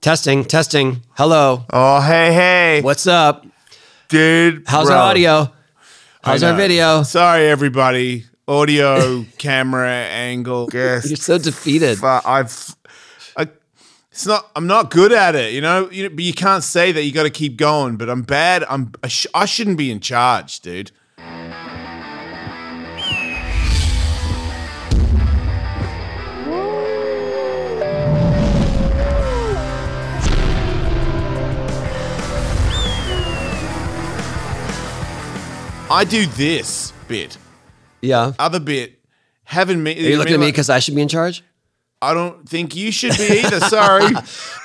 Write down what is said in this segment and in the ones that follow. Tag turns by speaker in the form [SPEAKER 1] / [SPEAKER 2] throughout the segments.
[SPEAKER 1] Testing, testing. Hello.
[SPEAKER 2] Oh, hey, hey,
[SPEAKER 1] What's up?
[SPEAKER 2] dude.
[SPEAKER 1] How's
[SPEAKER 2] bro.
[SPEAKER 1] our audio?
[SPEAKER 2] I
[SPEAKER 1] How's our
[SPEAKER 2] know.
[SPEAKER 1] video?
[SPEAKER 2] Sorry, everybody. Audio, camera, angle.
[SPEAKER 1] You're
[SPEAKER 2] Yes.
[SPEAKER 1] so defeated.
[SPEAKER 2] I've. I, it's not. I'm not good at it. You know. You, but you can't say that. You got to keep going. But I'm bad. I'm. I, sh- I shouldn't be in charge, dude. I do this bit,
[SPEAKER 1] Yeah.
[SPEAKER 2] other bit, haven't
[SPEAKER 1] Are
[SPEAKER 2] me.
[SPEAKER 1] you looking at me because I should be in charge?
[SPEAKER 2] I don't think you should be either. Sorry.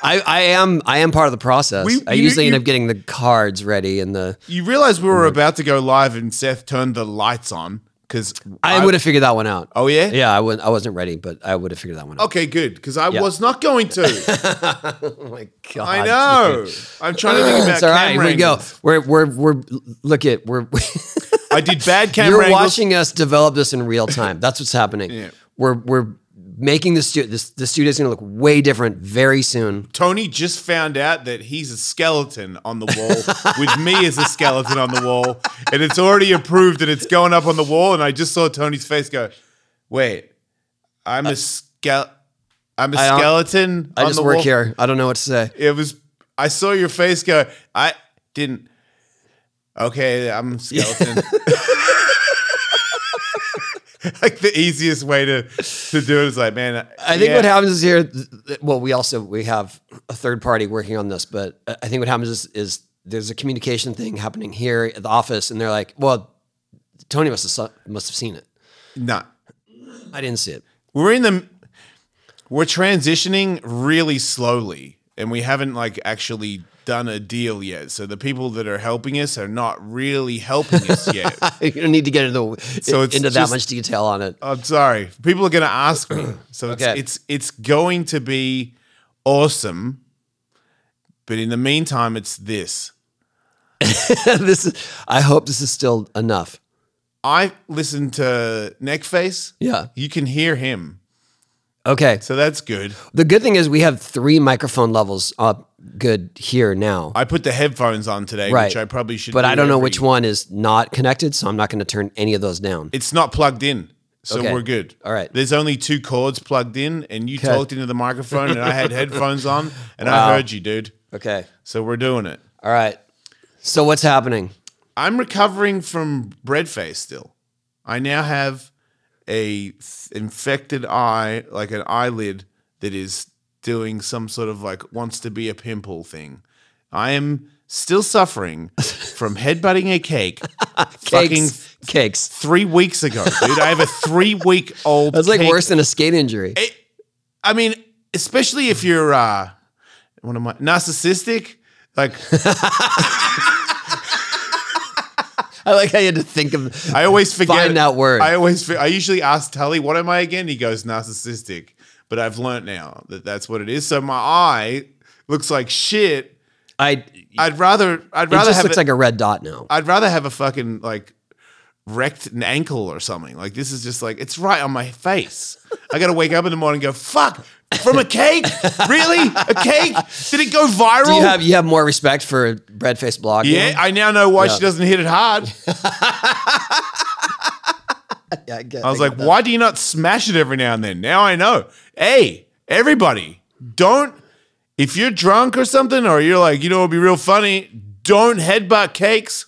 [SPEAKER 1] I, I am I am part of the process.
[SPEAKER 2] We-
[SPEAKER 1] I
[SPEAKER 2] you-
[SPEAKER 1] usually end
[SPEAKER 2] you-
[SPEAKER 1] up getting the cards ready and the
[SPEAKER 2] you realize we were about to go live and Seth turned the lights on because
[SPEAKER 1] I, would have figured that one out.
[SPEAKER 2] Oh yeah. Oh,
[SPEAKER 1] Yeah, I wouldn't I wasn't ready, but I would have figured that one out.
[SPEAKER 2] Okay, good. Because I was not going to.
[SPEAKER 1] Oh my god.
[SPEAKER 2] I know. I'm trying to think about
[SPEAKER 1] It's all right.
[SPEAKER 2] camera
[SPEAKER 1] We go.
[SPEAKER 2] angles.
[SPEAKER 1] We're we're we're look at we're
[SPEAKER 2] I did bad camera
[SPEAKER 1] You're
[SPEAKER 2] angles.
[SPEAKER 1] watching us develop this in real time. That's what's happening.
[SPEAKER 2] Yeah.
[SPEAKER 1] We're we're making the studio. This the studio's going to look way different very soon.
[SPEAKER 2] Tony just found out that he's a skeleton on the wall with me as a skeleton on the wall, and it's already approved and it's going up on the wall. And I just saw Tony's face go, "Wait, I'm a skele, I'm a
[SPEAKER 1] don't-
[SPEAKER 2] skeleton."
[SPEAKER 1] I
[SPEAKER 2] on
[SPEAKER 1] just
[SPEAKER 2] the
[SPEAKER 1] work
[SPEAKER 2] wall?
[SPEAKER 1] here. I don't know what to say.
[SPEAKER 2] It was. I saw your face go. I didn't. Okay, I'm a skeleton. like the easiest way to to do it is like, man.
[SPEAKER 1] I think what
[SPEAKER 2] yeah.
[SPEAKER 1] happens is here. th- th- Well, we also we have a third party working on this, but I I think what happens is, is there's a communication thing happening here at the office, and they're like, "Well, Tony must have saw, must have seen it.
[SPEAKER 2] Nah.
[SPEAKER 1] I didn't see it."
[SPEAKER 2] we're in the we're transitioning really slowly and we haven't like actually done a deal yet so the people that are helping us are not really helping us yet
[SPEAKER 1] you don't need to get into
[SPEAKER 2] So
[SPEAKER 1] so
[SPEAKER 2] it's
[SPEAKER 1] into that
[SPEAKER 2] just-
[SPEAKER 1] much detail on it.
[SPEAKER 2] i'm sorry people are going to ask me so it's,
[SPEAKER 1] Okay.
[SPEAKER 2] it's it's going to be awesome but in the meantime it's this
[SPEAKER 1] this is. I hope this is still enough.
[SPEAKER 2] i listened to neckface
[SPEAKER 1] Yeah.
[SPEAKER 2] you can hear him
[SPEAKER 1] Okay.
[SPEAKER 2] so that's good
[SPEAKER 1] The good thing is we have three microphone levels up good here now.
[SPEAKER 2] i put the headphones on today
[SPEAKER 1] Right.
[SPEAKER 2] which i probably should
[SPEAKER 1] but I
[SPEAKER 2] do
[SPEAKER 1] don't know
[SPEAKER 2] every-
[SPEAKER 1] which one is not connected, so I'm not going to turn any of those down.
[SPEAKER 2] It's not plugged in. So
[SPEAKER 1] Okay.
[SPEAKER 2] we're good.
[SPEAKER 1] All right.
[SPEAKER 2] There's only two cords plugged in, and you talked into the microphone, and I had headphones on, and I heard you, dude.
[SPEAKER 1] Okay.
[SPEAKER 2] So we're doing it.
[SPEAKER 1] All right. So what's happening?
[SPEAKER 2] I'm recovering from bread face still. I now have a th- infected eye, like an eyelid that is doing some sort of like wants to be a pimple thing. I am still suffering from headbutting a cake fucking
[SPEAKER 1] Cakes. Cakes.
[SPEAKER 2] three weeks ago, dude. I have a three week old.
[SPEAKER 1] That's like
[SPEAKER 2] cake
[SPEAKER 1] worse than a skate injury.
[SPEAKER 2] it, I mean, especially if you're uh, one of my narcissistic, like
[SPEAKER 1] I like how you had to think of.
[SPEAKER 2] I always forget
[SPEAKER 1] Find that word.
[SPEAKER 2] I always, fi- I usually ask Tully, "What am I again?" He goes narcissistic, but I've learnt now that that's what it is. So my eye looks like shit.
[SPEAKER 1] I. It
[SPEAKER 2] I'd rather, I'd rather
[SPEAKER 1] just
[SPEAKER 2] have,
[SPEAKER 1] looks
[SPEAKER 2] a,
[SPEAKER 1] like a red dot now.
[SPEAKER 2] I'd rather have a fucking like wrecked an ankle or something. Like this is just like it's right on my face. I gotta wake up in the morning and go, fuck, from a cake? Really? A cake? Did it go viral?
[SPEAKER 1] Do you have you have more respect for bread face blog?
[SPEAKER 2] Yeah,
[SPEAKER 1] now?
[SPEAKER 2] I now know why
[SPEAKER 1] Yeah.
[SPEAKER 2] she doesn't hit it hard.
[SPEAKER 1] Yeah, I, get-
[SPEAKER 2] I was
[SPEAKER 1] I
[SPEAKER 2] like,
[SPEAKER 1] get that.
[SPEAKER 2] why do you not smash it every now and then? Now I know. Hey, everybody, don't if you're drunk or something, or you're like, you know, it'd be real funny. Don't headbutt cakes.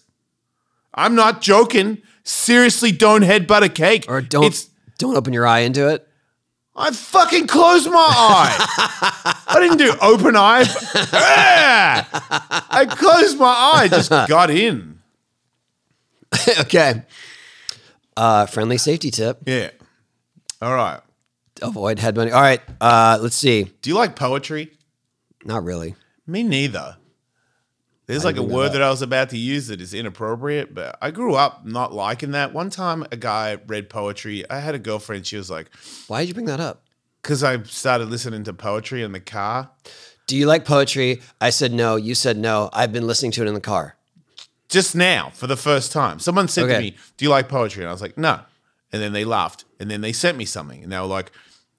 [SPEAKER 2] I'm not joking. Seriously, don't headbutt a cake.
[SPEAKER 1] or don't
[SPEAKER 2] It's,
[SPEAKER 1] don't open your eye into it.
[SPEAKER 2] I fucking closed my eye. I didn't do open eye. Ah! I closed my eye. Just got in.
[SPEAKER 1] okay. Uh, friendly safety tip:
[SPEAKER 2] Yeah. All right.
[SPEAKER 1] avoid headbutting. All right. Uh, let's see.
[SPEAKER 2] Do you like poetry?
[SPEAKER 1] Not really.
[SPEAKER 2] Me neither. There's like a word that I was about to use that is inappropriate, but I grew up not liking that. One time a guy read poetry. I had a girlfriend, she was like,
[SPEAKER 1] Why did you bring that up?
[SPEAKER 2] because I started listening to poetry in the car.
[SPEAKER 1] Do you like poetry? I said no. You said no. I've been listening to it in the car.
[SPEAKER 2] Just now, for the first time, someone said
[SPEAKER 1] Okay.
[SPEAKER 2] to me, Do you like poetry? And I was like, No. And then they laughed. And then they sent me something. And they were like,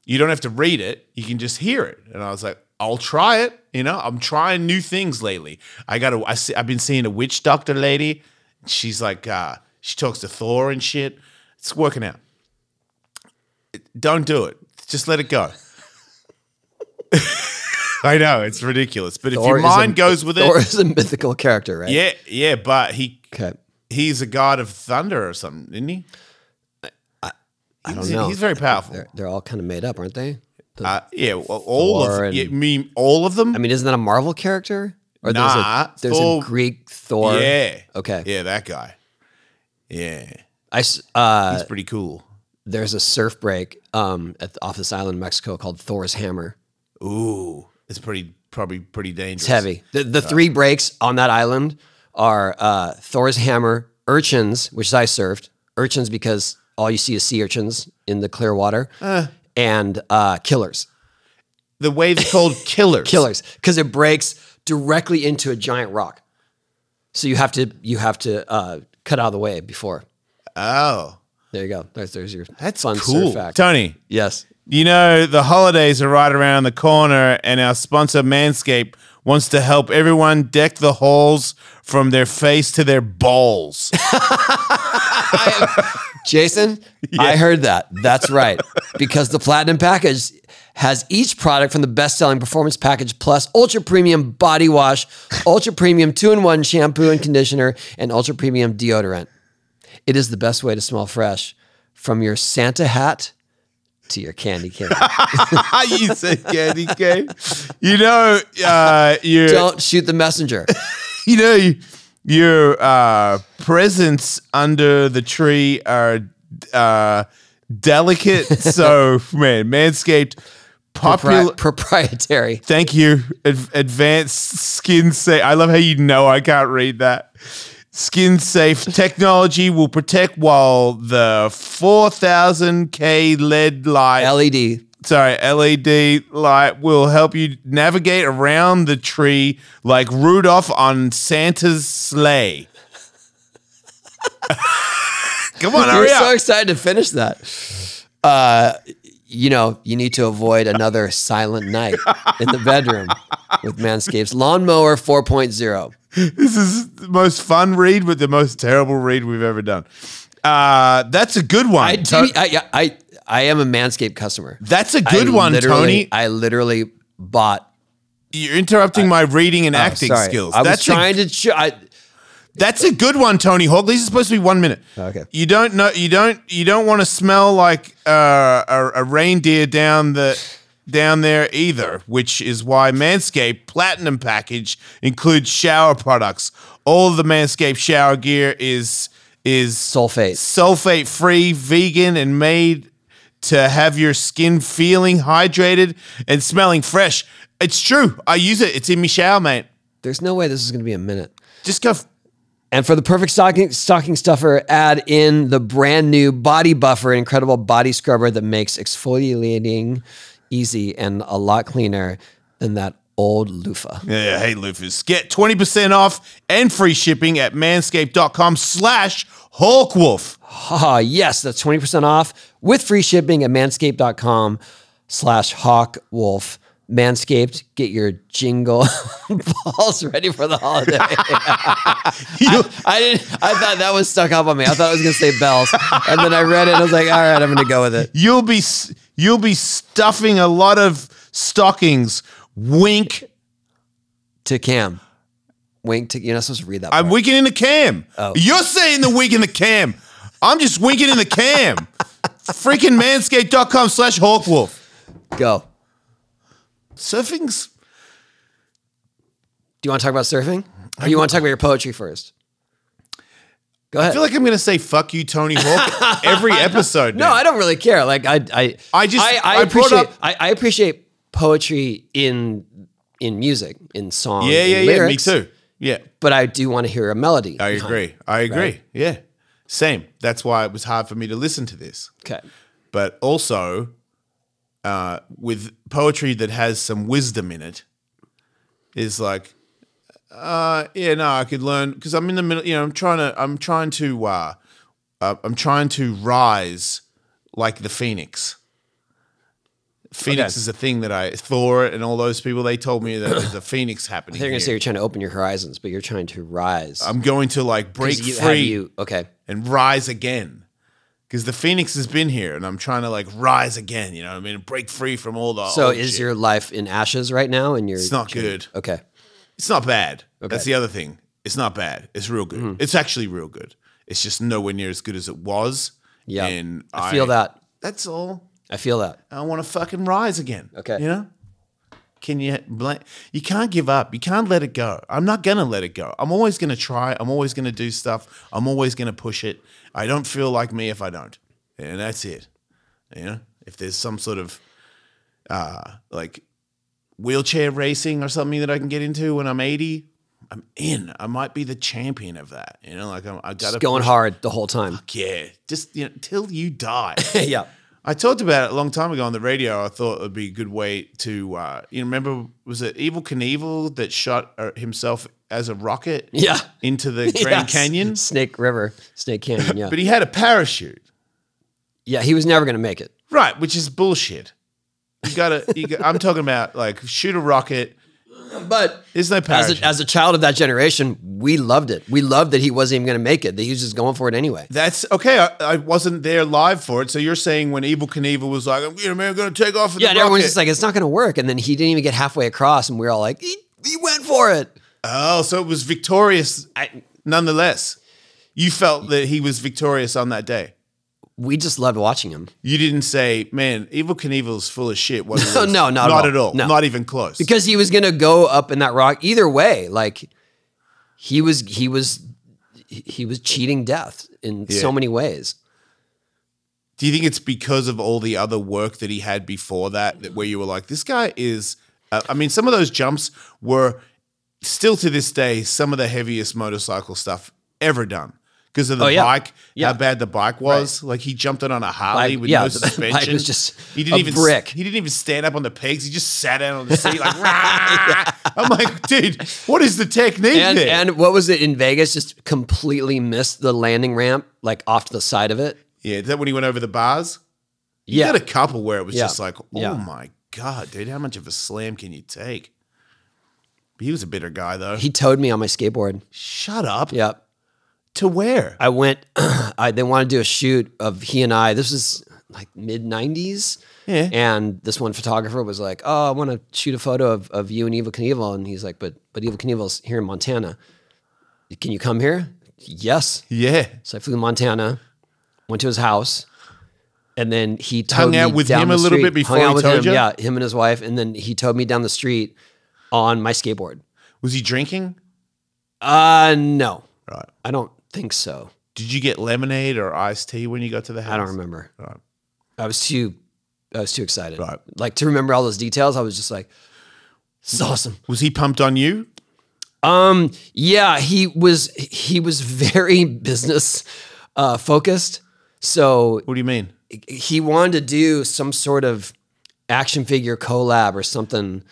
[SPEAKER 2] You don't have to read it. You can just hear it. And I was like, I'll try it. You know, I'm trying new things lately. I got to, I see, I've been seeing a witch doctor lady. She's like, uh, she talks to Thor and shit. It's working out. Don't do it. Just let it go. I know it's ridiculous, but if
[SPEAKER 1] Thor
[SPEAKER 2] your
[SPEAKER 1] is
[SPEAKER 2] mind
[SPEAKER 1] a-
[SPEAKER 2] goes with
[SPEAKER 1] Thor
[SPEAKER 2] it,
[SPEAKER 1] is a mythical character, right?
[SPEAKER 2] yeah, yeah. But he
[SPEAKER 1] Okay.
[SPEAKER 2] he's a god of thunder or something, isn't he?
[SPEAKER 1] I don't
[SPEAKER 2] He's,
[SPEAKER 1] know.
[SPEAKER 2] he's very powerful.
[SPEAKER 1] They're, they're all kind of made up, aren't they? The-
[SPEAKER 2] Uh, yeah, well, all
[SPEAKER 1] Thor
[SPEAKER 2] of
[SPEAKER 1] and-
[SPEAKER 2] yeah, you mean all of them?
[SPEAKER 1] I mean, isn't that a Marvel character? Or
[SPEAKER 2] Nah,
[SPEAKER 1] there's, a, there's
[SPEAKER 2] Thor-
[SPEAKER 1] a Greek Thor.
[SPEAKER 2] yeah,
[SPEAKER 1] Okay.
[SPEAKER 2] yeah, that guy. Yeah,
[SPEAKER 1] I s uh,
[SPEAKER 2] he's pretty cool.
[SPEAKER 1] there's a surf break um, at the, off this island in Mexico called Thor's Hammer.
[SPEAKER 2] Ooh, it's pretty probably pretty dangerous.
[SPEAKER 1] It's heavy. The, the three breaks on that island are uh, Thor's Hammer, Urchins, which I surfed. Urchins because all you see is sea urchins in the clear water,
[SPEAKER 2] Eh.
[SPEAKER 1] and uh, Killers.
[SPEAKER 2] The wave's called killers.
[SPEAKER 1] Killers because it breaks directly into a giant rock. So you have to you have to uh, cut out of the way before.
[SPEAKER 2] Oh,
[SPEAKER 1] There you go. There's, there's your
[SPEAKER 2] that's
[SPEAKER 1] fun
[SPEAKER 2] cool,
[SPEAKER 1] surf fact.
[SPEAKER 2] Tony.
[SPEAKER 1] yes.
[SPEAKER 2] You know, the holidays are right around the corner, and our sponsor, Manscaped, wants to help everyone deck the halls from their face to their balls.
[SPEAKER 1] Jason, I heard that. That's right. Because the Platinum Package has each product from the best selling Performance Package Plus Ultra Premium Body Wash, Ultra Premium 2 in 1 Shampoo and Conditioner, and Ultra Premium Deodorant. It is the best way to smell fresh from your Santa hat to your candy cane.
[SPEAKER 2] you said candy cane. You know, uh, you
[SPEAKER 1] Don't shoot the messenger.
[SPEAKER 2] you know you- your uh, presents under the tree are uh, delicate. so man, Manscaped popular.
[SPEAKER 1] Propri- proprietary.
[SPEAKER 2] Thank you. Ad- advanced skin safe. I love how you know I can't read that. Skin safe technology will protect while the 4000K LED E light,
[SPEAKER 1] LED.
[SPEAKER 2] sorry, LED light will help you navigate around the tree like Rudolph on Santa's sleigh. Come on,
[SPEAKER 1] You're
[SPEAKER 2] hurry
[SPEAKER 1] so
[SPEAKER 2] up.
[SPEAKER 1] excited to finish that. Uh, you know, you need to avoid another silent night in the bedroom with Manscaped's Lawnmower 4.0.
[SPEAKER 2] This is the most fun read, but the most terrible read we've ever done. Uh, that's a good one.
[SPEAKER 1] I do. I, I, I, I am a Manscaped customer.
[SPEAKER 2] That's a good
[SPEAKER 1] I
[SPEAKER 2] one,
[SPEAKER 1] literally-
[SPEAKER 2] Tony.
[SPEAKER 1] I literally bought.
[SPEAKER 2] You're interrupting my reading and
[SPEAKER 1] oh,
[SPEAKER 2] acting
[SPEAKER 1] sorry.
[SPEAKER 2] skills.
[SPEAKER 1] I was
[SPEAKER 2] that's a,
[SPEAKER 1] trying to. Ch- I,
[SPEAKER 2] that's a good one, Tony Hawk. These are supposed to be one minute.
[SPEAKER 1] Okay.
[SPEAKER 2] You don't know. You don't. You don't want to smell like uh, a, a reindeer down the down there either, which is why Manscaped Platinum Package includes shower products. All the Manscaped shower gear is is
[SPEAKER 1] sulfate.
[SPEAKER 2] sulfate free, vegan, and made to have your skin feeling hydrated and smelling fresh. It's true. I use it. It's in my shower, mate.
[SPEAKER 1] There's no way this is going to be a minute.
[SPEAKER 2] Just go. f-
[SPEAKER 1] And for the perfect stocking, stocking stuffer, add in the brand new Body Buffer, an incredible body scrubber that makes exfoliating easy and a lot cleaner than that old loofah.
[SPEAKER 2] Yeah, hey, Lufus. Get 20% off and free shipping at manscaped.com slash Hawkwolf.
[SPEAKER 1] Haha, yes, that's 20% off with free shipping at manscaped.com slash hawkwolf. Manscaped, get your jingle balls ready for the holiday. I didn't I thought that was stuck up on me. I thought I was gonna say bells. And then I read it and I was like, all right, I'm gonna go with it.
[SPEAKER 2] You'll be s- you'll be stuffing a lot of stockings. Wink.
[SPEAKER 1] to Cam. Wink to you're not supposed to read that.
[SPEAKER 2] I'm
[SPEAKER 1] part.
[SPEAKER 2] winking in the cam. You're saying the wink in the cam. I'm just winking in the cam. Freaking manscaped.com slash Hawkwolf.
[SPEAKER 1] Go.
[SPEAKER 2] surfing's
[SPEAKER 1] Do you want to talk about surfing? Or you want to talk about your poetry first? Go ahead.
[SPEAKER 2] I feel like I'm gonna say fuck you, Tony Hawk, every episode.
[SPEAKER 1] no,
[SPEAKER 2] now.
[SPEAKER 1] I don't really care. Like I I
[SPEAKER 2] I just-
[SPEAKER 1] I, I
[SPEAKER 2] I brought
[SPEAKER 1] appreciate
[SPEAKER 2] up-
[SPEAKER 1] I, I appreciate poetry in in music, in song.
[SPEAKER 2] yeah,
[SPEAKER 1] in
[SPEAKER 2] yeah, yeah. Me
[SPEAKER 1] lyrics,
[SPEAKER 2] too. Yeah,
[SPEAKER 1] But I do want to hear a melody.
[SPEAKER 2] I agree. I agree. Yeah, same. That's why it was hard for me to listen to this.
[SPEAKER 1] Okay.
[SPEAKER 2] But also, uh, with poetry that has some wisdom in it, is like, uh, yeah, no, I could learn because I'm in the middle. You know, I'm trying to. I'm trying to. Uh, uh, I'm trying to rise like the phoenix. Phoenix
[SPEAKER 1] Okay.
[SPEAKER 2] is a thing that I Thor and all those people they told me that there's a Phoenix happening.
[SPEAKER 1] They're going to say
[SPEAKER 2] here.
[SPEAKER 1] you're trying to open your horizons, but you're trying to rise.
[SPEAKER 2] I'm going to like break
[SPEAKER 1] 'Cause you, have
[SPEAKER 2] free
[SPEAKER 1] you- okay.
[SPEAKER 2] and rise again. Because the Phoenix has been here and I'm trying to like rise again, you know what I mean? And break free from all the
[SPEAKER 1] So
[SPEAKER 2] old
[SPEAKER 1] is
[SPEAKER 2] Oh, shit.
[SPEAKER 1] your life in ashes right now? And you're
[SPEAKER 2] It's not good.
[SPEAKER 1] okay.
[SPEAKER 2] It's not bad. That's the other thing. It's not bad. It's real good.
[SPEAKER 1] Mm-hmm.
[SPEAKER 2] It's actually real good. It's just nowhere near as good as it was.
[SPEAKER 1] Yeah,
[SPEAKER 2] And
[SPEAKER 1] I feel that.
[SPEAKER 2] That's all.
[SPEAKER 1] I feel that.
[SPEAKER 2] I want to fucking rise again.
[SPEAKER 1] Okay.
[SPEAKER 2] You know? Can you bl- you can't give up. You can't let it go. I'm not going to let it go. I'm always going to try. I'm always going to do stuff. I'm always going to push it. I don't feel like me if I don't. And that's it. You know? If there's some sort of uh like wheelchair racing or something that I can get into when I'm 80, I'm in. I might be the champion of that. You know, like I'm, I got
[SPEAKER 1] Just
[SPEAKER 2] to
[SPEAKER 1] going hard the whole time.
[SPEAKER 2] Yeah. Just you know, till you die.
[SPEAKER 1] yeah.
[SPEAKER 2] I talked about it a long time ago on the radio. I thought it would be a good way to, uh, you remember, was it Evil Knievel that shot uh, himself as a rocket
[SPEAKER 1] Yeah.
[SPEAKER 2] into the
[SPEAKER 1] Yes.
[SPEAKER 2] Grand Canyon?
[SPEAKER 1] Snake River, Snake Canyon. Yeah.
[SPEAKER 2] But he had a parachute,
[SPEAKER 1] yeah. He was never going to make it.
[SPEAKER 2] right? Which is bullshit. You gotta, you got, I'm talking about like shoot a rocket.
[SPEAKER 1] But
[SPEAKER 2] There's no
[SPEAKER 1] as
[SPEAKER 2] parachute.
[SPEAKER 1] a, as a child of that generation, we loved it. We loved that he wasn't even going to make it, that he was just going for it anyway.
[SPEAKER 2] That's okay. I, I wasn't there live for it. So you're saying when Evil Knievel was like, I'm, you know, man, I'm gonna take off with
[SPEAKER 1] Yeah.
[SPEAKER 2] the
[SPEAKER 1] And
[SPEAKER 2] rocket.
[SPEAKER 1] everyone's just like, it's not going to work. And then he didn't even get halfway across. And we were all like, he, he went for it.
[SPEAKER 2] Oh, so it was victorious nonetheless. You felt that he was victorious on that day.
[SPEAKER 1] We just loved watching him
[SPEAKER 2] You didn't say, man, Evil Knievel's full of shit. Wasn't
[SPEAKER 1] No,
[SPEAKER 2] this?"
[SPEAKER 1] no, not at all.
[SPEAKER 2] at all.
[SPEAKER 1] No.
[SPEAKER 2] Not even close.
[SPEAKER 1] because he was going to go up in that rock either way. Like he was, he was, he was cheating death in
[SPEAKER 2] Yeah.
[SPEAKER 1] so many ways.
[SPEAKER 2] Do you think it's because of all the other work that he had before that, that where you were like, this guy is. Uh, I mean, some of those jumps were still to this day some of the heaviest motorcycle stuff ever done. Because of the
[SPEAKER 1] Oh, yeah.
[SPEAKER 2] bike,
[SPEAKER 1] Yeah.
[SPEAKER 2] how bad the bike was. Like he jumped it on a Harley
[SPEAKER 1] Bike-
[SPEAKER 2] with
[SPEAKER 1] yeah,
[SPEAKER 2] no
[SPEAKER 1] the bike
[SPEAKER 2] suspension.
[SPEAKER 1] was just
[SPEAKER 2] he didn't
[SPEAKER 1] a
[SPEAKER 2] even
[SPEAKER 1] brick.
[SPEAKER 2] He didn't even stand up on the pegs. He just sat down on the seat like. "Rah!" I'm like, dude, what is the technique
[SPEAKER 1] And
[SPEAKER 2] there?
[SPEAKER 1] and what was it in Vegas? Just completely missed the landing ramp, like off to the side of it.
[SPEAKER 2] yeah, is that when he went over the bars? You
[SPEAKER 1] Yeah,
[SPEAKER 2] had a couple where it was
[SPEAKER 1] Yeah.
[SPEAKER 2] just like, oh
[SPEAKER 1] Yeah.
[SPEAKER 2] my god, dude, how much of a slam can you take? But he was a bitter guy though.
[SPEAKER 1] he towed me on my skateboard.
[SPEAKER 2] Shut up.
[SPEAKER 1] Yep.
[SPEAKER 2] To where?
[SPEAKER 1] I went. I, they wanted to do a shoot of he and I. This was like mid '90s,
[SPEAKER 2] Yeah.
[SPEAKER 1] and this one photographer was like, "Oh, I want to shoot a photo of, of you and Evil Knievel," and he's like, "But but Evil Knievel's here in Montana. Can you come here?" Yes.
[SPEAKER 2] yeah.
[SPEAKER 1] So I flew to Montana, went to his house, and then he towed
[SPEAKER 2] Hung
[SPEAKER 1] me
[SPEAKER 2] out with
[SPEAKER 1] down
[SPEAKER 2] him
[SPEAKER 1] the
[SPEAKER 2] a little
[SPEAKER 1] street,
[SPEAKER 2] bit before
[SPEAKER 1] hung
[SPEAKER 2] he
[SPEAKER 1] out with
[SPEAKER 2] towed
[SPEAKER 1] him,
[SPEAKER 2] you?
[SPEAKER 1] Yeah, him and his wife, and then he towed me down the street on my skateboard.
[SPEAKER 2] Was he drinking?
[SPEAKER 1] Uh no,
[SPEAKER 2] Right.
[SPEAKER 1] I don't think so.
[SPEAKER 2] Did you get lemonade or iced tea when you got to the house?
[SPEAKER 1] I don't remember.
[SPEAKER 2] Right.
[SPEAKER 1] I was too, I was too excited.
[SPEAKER 2] Right.
[SPEAKER 1] Like to remember all those details. I was just like, this is awesome.
[SPEAKER 2] Was he pumped on you?
[SPEAKER 1] Um, yeah, he was he was very business uh, focused. So
[SPEAKER 2] What do you mean?
[SPEAKER 1] he wanted to do some sort of action figure collab or something,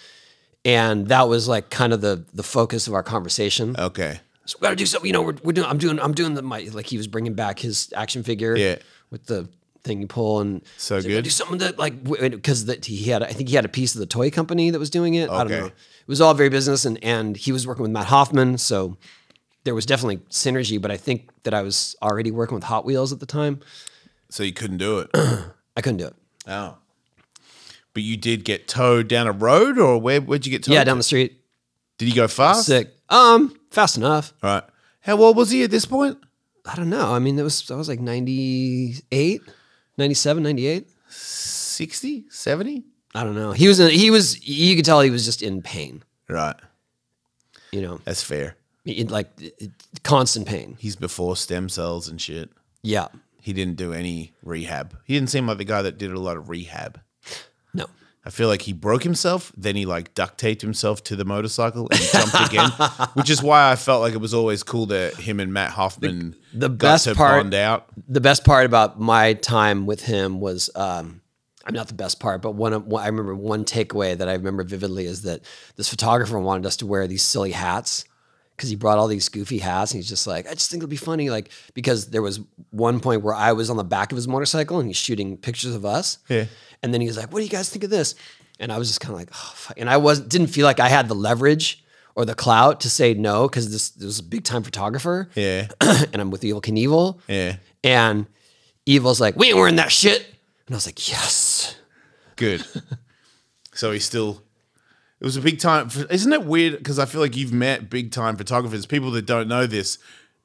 [SPEAKER 1] and that was like kind of the the focus of our conversation.
[SPEAKER 2] Okay.
[SPEAKER 1] So we gotta do something. You know, we're, we're doing. I'm doing. I'm doing the my like he was bringing back his action figure.
[SPEAKER 2] Yeah.
[SPEAKER 1] With the thing you pull and
[SPEAKER 2] So
[SPEAKER 1] he's like, "Gotta
[SPEAKER 2] good.
[SPEAKER 1] do something that like because that he had. I think he had a piece of the toy company that was doing it. I don't
[SPEAKER 2] Okay.
[SPEAKER 1] know. It was all very business and and he was working with Matt Hoffman, so there was definitely synergy. But I think that I was already working with Hot Wheels at the time.
[SPEAKER 2] So you couldn't do it.
[SPEAKER 1] I couldn't do it.
[SPEAKER 2] oh. But you did get towed down a road or where where'd you get towed?
[SPEAKER 1] Yeah, down
[SPEAKER 2] to?
[SPEAKER 1] the street.
[SPEAKER 2] Did he go fast?
[SPEAKER 1] Sick. Um, fast enough.
[SPEAKER 2] All right. How old was he at this point?
[SPEAKER 1] I don't know. I mean, that was I was like 98, 97, 98.
[SPEAKER 2] 60, 70?
[SPEAKER 1] I don't know. He was in, he was you could tell he was just in pain.
[SPEAKER 2] Right.
[SPEAKER 1] You know,
[SPEAKER 2] That's fair.
[SPEAKER 1] in like it- constant pain.
[SPEAKER 2] He's before stem cells and shit.
[SPEAKER 1] Yeah.
[SPEAKER 2] He didn't do any rehab. He didn't seem like the guy that did a lot of rehab.
[SPEAKER 1] No.
[SPEAKER 2] I feel like he broke himself, then he like duct taped himself to the motorcycle and jumped again, which is why I felt like it was always cool that him and Matt Hoffman
[SPEAKER 1] the
[SPEAKER 2] got
[SPEAKER 1] best
[SPEAKER 2] to
[SPEAKER 1] part-
[SPEAKER 2] bond out.
[SPEAKER 1] The best part about my time with him was um I'm not the best part, but one of one, I remember one takeaway that I remember vividly is that this photographer wanted us to wear these silly hats because he brought all these goofy hats and he's just like, I just think it'll be funny. Like, because there was one point where I was on the back of his motorcycle and he's shooting pictures of us.
[SPEAKER 2] Yeah.
[SPEAKER 1] And then he was like, What do you guys think of this? And I was just kind of like, oh, fuck. and I wasn't didn't feel like I had the leverage or the clout to say no because this, this was a big time photographer.
[SPEAKER 2] Yeah.
[SPEAKER 1] and I'm with Evil Knievel.
[SPEAKER 2] Yeah.
[SPEAKER 1] And Evil's like, We ain't wearing that shit. And I was like, Yes.
[SPEAKER 2] Good. so he's still. It was a big time. Isn't it weird? Because I feel like you've met big time photographers. People that don't know this,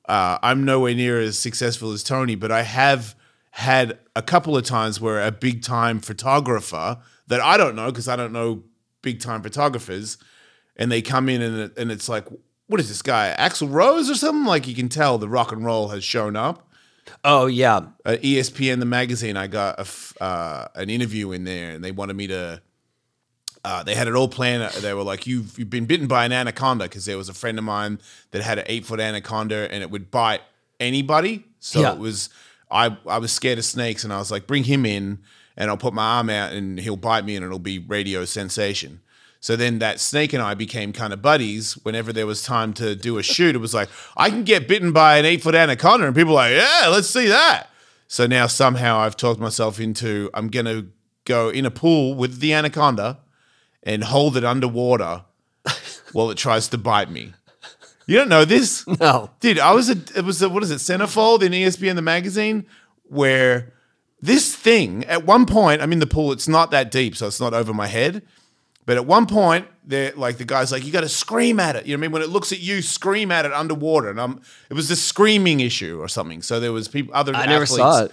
[SPEAKER 2] uh, I'm nowhere near as successful as Tony, but I have had a couple of times where a big time photographer that I don't know because I don't know big time photographers, and they come in and it- and it's like, what is this guy, Axel Rose or something? Like you can tell the rock and roll has shown up
[SPEAKER 1] Oh yeah.
[SPEAKER 2] uh, ESPN the magazine. I got a f- uh, an interview in there, and they wanted me to. Uh, they had it all planned. They were like, "You've you've been bitten by an anaconda," because there was a friend of mine that had an eight foot anaconda, and it would bite anybody. So
[SPEAKER 1] Yeah.
[SPEAKER 2] it was I I was scared of snakes, and I was like, "Bring him in, and I'll put my arm out, and he'll bite me, and it'll be radio sensation." So then that snake and I became kind of buddies. Whenever there was time to do a shoot, it was like, I can get bitten by an eight foot anaconda. And people were like, yeah, let's see that. So now somehow I've talked myself into I'm going to go in a pool with the anaconda and hold it underwater while it tries to bite me. You don't know this?
[SPEAKER 1] No.
[SPEAKER 2] Dude, I was a it was a, what is it centerfold in E ESPN the magazine where this thing at one point I'm in the pool. It's not that deep, so it's not over my head. But at one point, they're like the guy's like, "You got to scream at it." You know what I mean? When it looks at you, scream at it underwater. And I'm it was a screaming issue or something. So there was people other
[SPEAKER 1] I never saw it.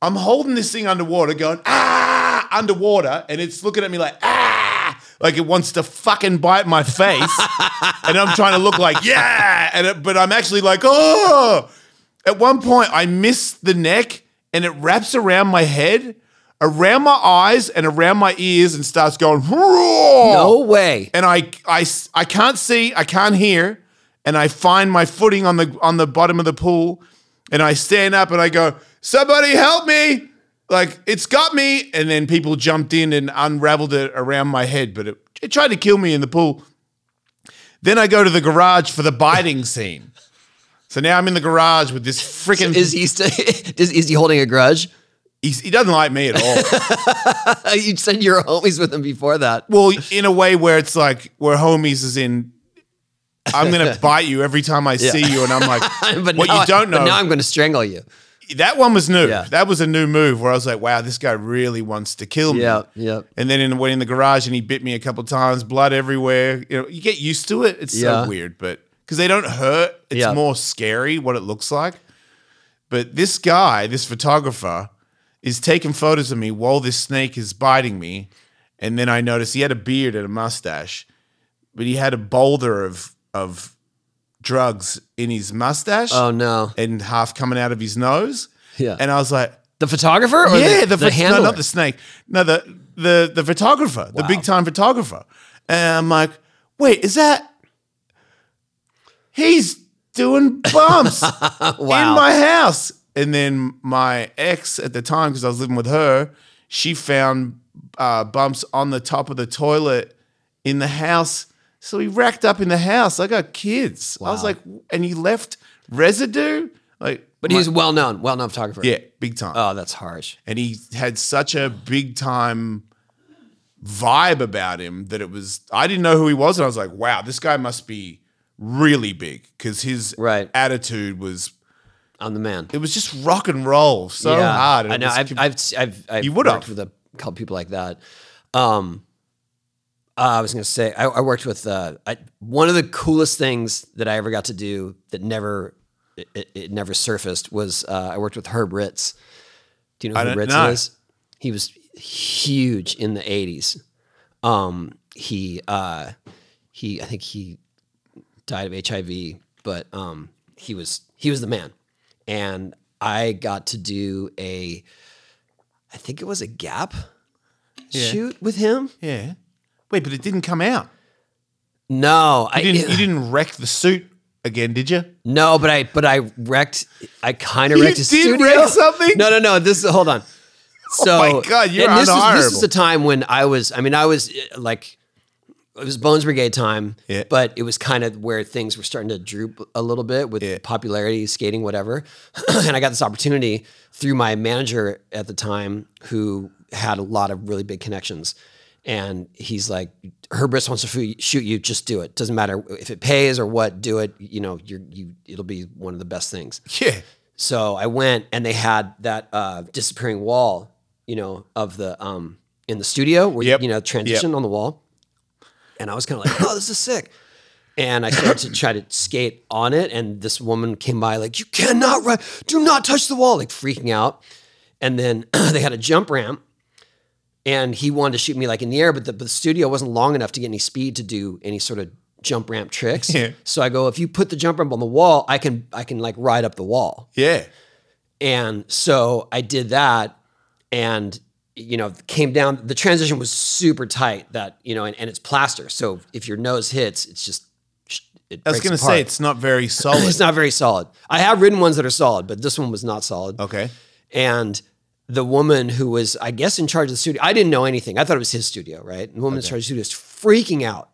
[SPEAKER 2] I'm holding this thing underwater, going ah underwater, and it's looking at me like ah, like it wants to fucking bite my face, and I'm trying to look like yeah, and it, but I'm actually like oh. At one point, I miss the neck, and it wraps around my head, around my eyes, and around my ears, and starts going. No
[SPEAKER 1] No way.
[SPEAKER 2] and I, I, I can't see, I can't hear, and I find my footing on the on the bottom of the pool, and I stand up and I go, "Somebody help me!" Like it's got me, and then people jumped in and unraveled it around my head, but it, it tried to kill me in the pool. Then I go to the garage for the biting scene. So now I'm in the garage with this freaking.
[SPEAKER 1] Is he still, is, is he holding a grudge?
[SPEAKER 2] he's- he doesn't like me at all.
[SPEAKER 1] you said you were homies with him before that.
[SPEAKER 2] Well, in a way where it's like where homies is in. I'm gonna bite you every time I see you, and I'm like,
[SPEAKER 1] But
[SPEAKER 2] what
[SPEAKER 1] now I-
[SPEAKER 2] you don't
[SPEAKER 1] But
[SPEAKER 2] know.
[SPEAKER 1] now I'm going to strangle you.
[SPEAKER 2] that one was new.
[SPEAKER 1] Yeah.
[SPEAKER 2] That was a new move where I was like, wow, this guy really wants to kill me.
[SPEAKER 1] Yeah, yeah.
[SPEAKER 2] And then in, went in the garage and he bit me a couple times, blood everywhere. You know, you get used to it. It's
[SPEAKER 1] Yeah.
[SPEAKER 2] so weird, but because they don't hurt, it's
[SPEAKER 1] Yeah.
[SPEAKER 2] more scary what it looks like. But this guy, this photographer, is taking photos of me while this snake is biting me. And then I noticed he had a beard and a mustache, but he had a boulder of of drugs in his mustache
[SPEAKER 1] Oh no.
[SPEAKER 2] and half coming out of his nose.
[SPEAKER 1] Yeah.
[SPEAKER 2] And I was like,
[SPEAKER 1] The photographer or
[SPEAKER 2] yeah,
[SPEAKER 1] the,
[SPEAKER 2] the,
[SPEAKER 1] the,
[SPEAKER 2] pho-
[SPEAKER 1] handler?
[SPEAKER 2] no, not the snake. No, the the the photographer, the big time photographer. And I'm like, wait, is that he's doing bumps in my house? And then my ex at the time, because I was living with her, she found uh, bumps on the top of the toilet in the house. So he racked up in the house. I got kids. I was like, and he left residue. Like,
[SPEAKER 1] but he's well known, well known photographer.
[SPEAKER 2] yeah, big time
[SPEAKER 1] Oh, that's harsh.
[SPEAKER 2] and he had such a big time vibe about him that it was I didn't know who he was and I was like wow this guy must be really big cuz his
[SPEAKER 1] Right.
[SPEAKER 2] attitude was
[SPEAKER 1] I'm the man.
[SPEAKER 2] it was just rock and roll so
[SPEAKER 1] yeah.
[SPEAKER 2] hard and
[SPEAKER 1] I
[SPEAKER 2] it
[SPEAKER 1] know.
[SPEAKER 2] was-
[SPEAKER 1] I've, I've, I've, I've
[SPEAKER 2] You would've.
[SPEAKER 1] worked with a couple people like that. Um, uh, I was going to say, I, I worked with uh, I, one of the coolest things that I ever got to do that never, it, it, it never surfaced was uh, I worked with Herb Ritz. Do you know who
[SPEAKER 2] don't
[SPEAKER 1] Ritz
[SPEAKER 2] know.
[SPEAKER 1] is? He was huge in the 80s. Um, he, uh, he, I think he died of HIV, but um, he was he was the man, and I got to do a, I think it was a gap shoot with him.
[SPEAKER 2] yeah wait but it didn't come out
[SPEAKER 1] No, I
[SPEAKER 2] you didn't you didn't wreck the suit again did you
[SPEAKER 1] no, but I but I wrecked. I kind of
[SPEAKER 2] You
[SPEAKER 1] wrecked his
[SPEAKER 2] did
[SPEAKER 1] studio.
[SPEAKER 2] wreck something?
[SPEAKER 1] No, no, no. This is hold on. So
[SPEAKER 2] Oh my God, you're
[SPEAKER 1] and this is, this is
[SPEAKER 2] unhonorable.
[SPEAKER 1] the time when I was. I mean, I was eh, like. it was Bones Brigade time,
[SPEAKER 2] Yeah.
[SPEAKER 1] but it was kind of where things were starting to droop a little bit with
[SPEAKER 2] Yeah.
[SPEAKER 1] popularity, skating, whatever. and I got this opportunity through my manager at the time who had a lot of really big connections. And he's like, Herbris wants to fu- shoot you, just do it. Doesn't matter if it pays or what, do it. You know, you're, you, it'll be one of the best things.
[SPEAKER 2] Yeah.
[SPEAKER 1] So I went and they had that uh, disappearing wall, you know, of the um, in the studio where
[SPEAKER 2] Yep.
[SPEAKER 1] you know transition on the wall. And I was kind of like, oh, this is sick. And I started to try to skate on it, and this woman came by like, you cannot ride, do not touch the wall, like freaking out. And then they had a jump ramp, and he wanted to shoot me like in the air, but the, but the studio wasn't long enough to get any speed to do any sort of jump ramp tricks.
[SPEAKER 2] Yeah.
[SPEAKER 1] So I go, if you put the jump ramp on the wall, I can I can like ride up the wall.
[SPEAKER 2] Yeah.
[SPEAKER 1] And so I did that and you know, came down the transition was super tight that, you know, and, and it's plaster. So if your nose hits, it's just it
[SPEAKER 2] I
[SPEAKER 1] breaks
[SPEAKER 2] was going to
[SPEAKER 1] apart.
[SPEAKER 2] say it's not very solid.
[SPEAKER 1] it's not very solid. I have ridden ones that are solid, but this one was not solid.
[SPEAKER 2] okay.
[SPEAKER 1] And the woman who was, I guess, in charge of the studio, I didn't know anything. I thought it was his studio, right? The woman in charge of the studio is freaking out.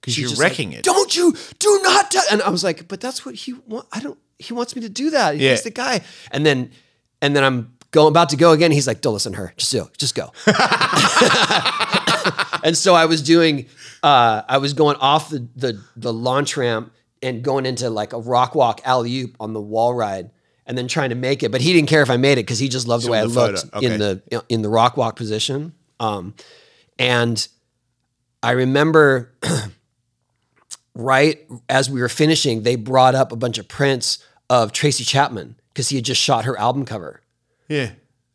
[SPEAKER 2] Because
[SPEAKER 1] She's
[SPEAKER 2] you're
[SPEAKER 1] just like,
[SPEAKER 2] wrecking it.
[SPEAKER 1] Don't you? Do not. tou-" And I was like, but that's what he wants. I don't. He wants me to do that.
[SPEAKER 2] Yeah.
[SPEAKER 1] He's the guy. And then, and then I'm going about to go again. He's like, don't listen to her. Just do. it. Just go. and so I was doing. Uh, I was going off the the the launch ramp and going into like a rock walk alley oop on the wall ride. And then trying to make it, but he didn't care if I made it because he just loved the way I
[SPEAKER 2] the photo.
[SPEAKER 1] looked
[SPEAKER 2] Okay.
[SPEAKER 1] in the in the rock walk position. Um, and I remember right as we were finishing, they brought up a bunch of prints of Tracy Chapman because he had just shot her album cover.
[SPEAKER 2] Yeah.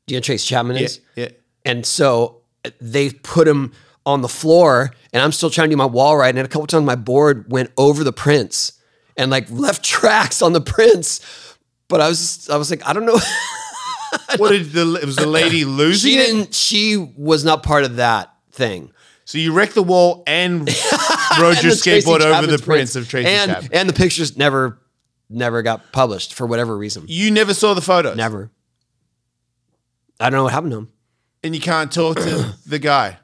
[SPEAKER 1] Do you know who Tracy Chapman
[SPEAKER 2] Yeah.
[SPEAKER 1] is?
[SPEAKER 2] Yeah.
[SPEAKER 1] And so uh, they put him on the floor, and I'm still trying to do my wall ride. And a couple times my board went over the prints and like left tracks on the prints. But I was I was like, I don't know.
[SPEAKER 2] What did the it was the lady losing
[SPEAKER 1] she
[SPEAKER 2] it?
[SPEAKER 1] didn't. She was not part of that thing.
[SPEAKER 2] So you wrecked the wall and rode your
[SPEAKER 1] the Tracy
[SPEAKER 2] skateboard over
[SPEAKER 1] Chapman's
[SPEAKER 2] the prints of Tracy
[SPEAKER 1] and,
[SPEAKER 2] Chapman.
[SPEAKER 1] And the pictures never never got published for whatever reason.
[SPEAKER 2] You never saw the photos,
[SPEAKER 1] Never. I don't know what happened to him.
[SPEAKER 2] and you can't talk to the guy.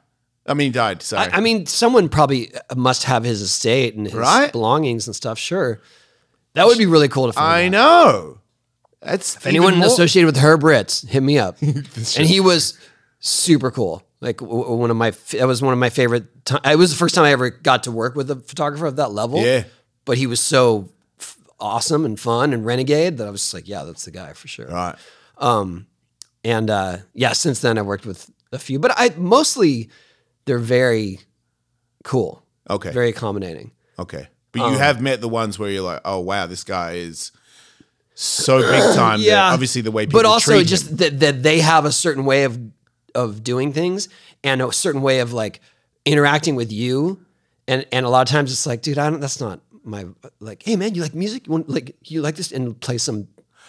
[SPEAKER 2] I mean, he died. Sorry.
[SPEAKER 1] I, I mean, someone probably uh, must have his estate and his
[SPEAKER 2] Right?
[SPEAKER 1] belongings and stuff. Sure, that would be really cool to find.
[SPEAKER 2] I
[SPEAKER 1] out.
[SPEAKER 2] know. That's
[SPEAKER 1] If anyone associated with Herb Ritz, hit me up. and he was super cool. Like w- w- one of my, f- that was one of my favorite. Time. It was the first time I ever got to work with a photographer of that level.
[SPEAKER 2] Yeah.
[SPEAKER 1] but he was so f- awesome and fun and renegade that I was just like, yeah, that's the guy for sure.
[SPEAKER 2] Right.
[SPEAKER 1] and uh, yeah, since then I've worked with a few, but I mostly they're very cool,
[SPEAKER 2] Okay.
[SPEAKER 1] very Um. accommodating.
[SPEAKER 2] okay. But you have met the ones where you're like, oh wow, this guy is so big time. yeah.
[SPEAKER 1] Yeah.
[SPEAKER 2] obviously, the way people
[SPEAKER 1] But also
[SPEAKER 2] treat him.
[SPEAKER 1] just that, that they have a certain way of of doing things and a certain way of like interacting with you, and and a lot of times it's like, dude, I don't. That's not my like. Hey man, you like music? You want, like you like this and play some.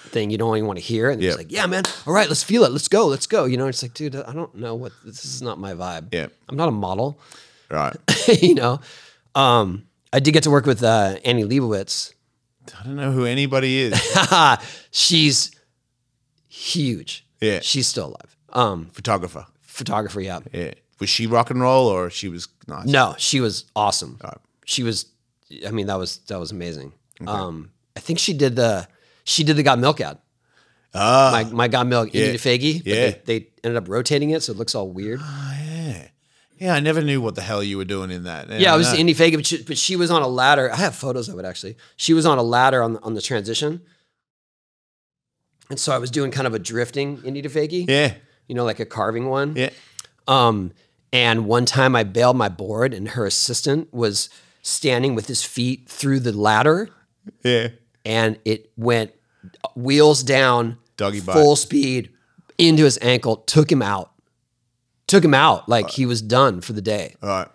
[SPEAKER 1] Thing you don't even want to hear, and
[SPEAKER 2] Yeah.
[SPEAKER 1] it's like, yeah, man, all right, let's feel it, let's go, let's go. You know, it's like, dude, I don't know what this is not my vibe.
[SPEAKER 2] Yeah.
[SPEAKER 1] I'm not a model.
[SPEAKER 2] right.
[SPEAKER 1] you know. Um, I did get to work with uh, Annie Leibovitz.
[SPEAKER 2] I don't know who anybody is.
[SPEAKER 1] She's huge.
[SPEAKER 2] Yeah.
[SPEAKER 1] she's still alive. Um,
[SPEAKER 2] Photographer.
[SPEAKER 1] photographer, yeah.
[SPEAKER 2] Yeah. Was she rock and roll or she was nice?
[SPEAKER 1] No, she was awesome. She was. I mean, that was that was amazing. Um, I think she did the she did the Got Milk ad.
[SPEAKER 2] Ah.
[SPEAKER 1] My my Got Milk
[SPEAKER 2] Yeah.
[SPEAKER 1] Anita Faggy. but
[SPEAKER 2] Yeah.
[SPEAKER 1] they, they ended up rotating it, so it looks all weird.
[SPEAKER 2] Oh, Yeah. Yeah, I never knew what the hell you were doing in that.
[SPEAKER 1] Yeah, it was Andy Fagan, but she, but she was on a ladder. I have photos of it actually. She was on a ladder on the, on the transition, and so I was doing kind of a drifting Indy Fagan,
[SPEAKER 2] Yeah.
[SPEAKER 1] you know, like a carving one.
[SPEAKER 2] Yeah.
[SPEAKER 1] Um, and one time I bailed my board, and her assistant was standing with his feet through the ladder,
[SPEAKER 2] Yeah.
[SPEAKER 1] and it went wheels down,
[SPEAKER 2] Doggy bite.
[SPEAKER 1] full speed into his ankle, took him out, took him out like he was done for the day.
[SPEAKER 2] All right.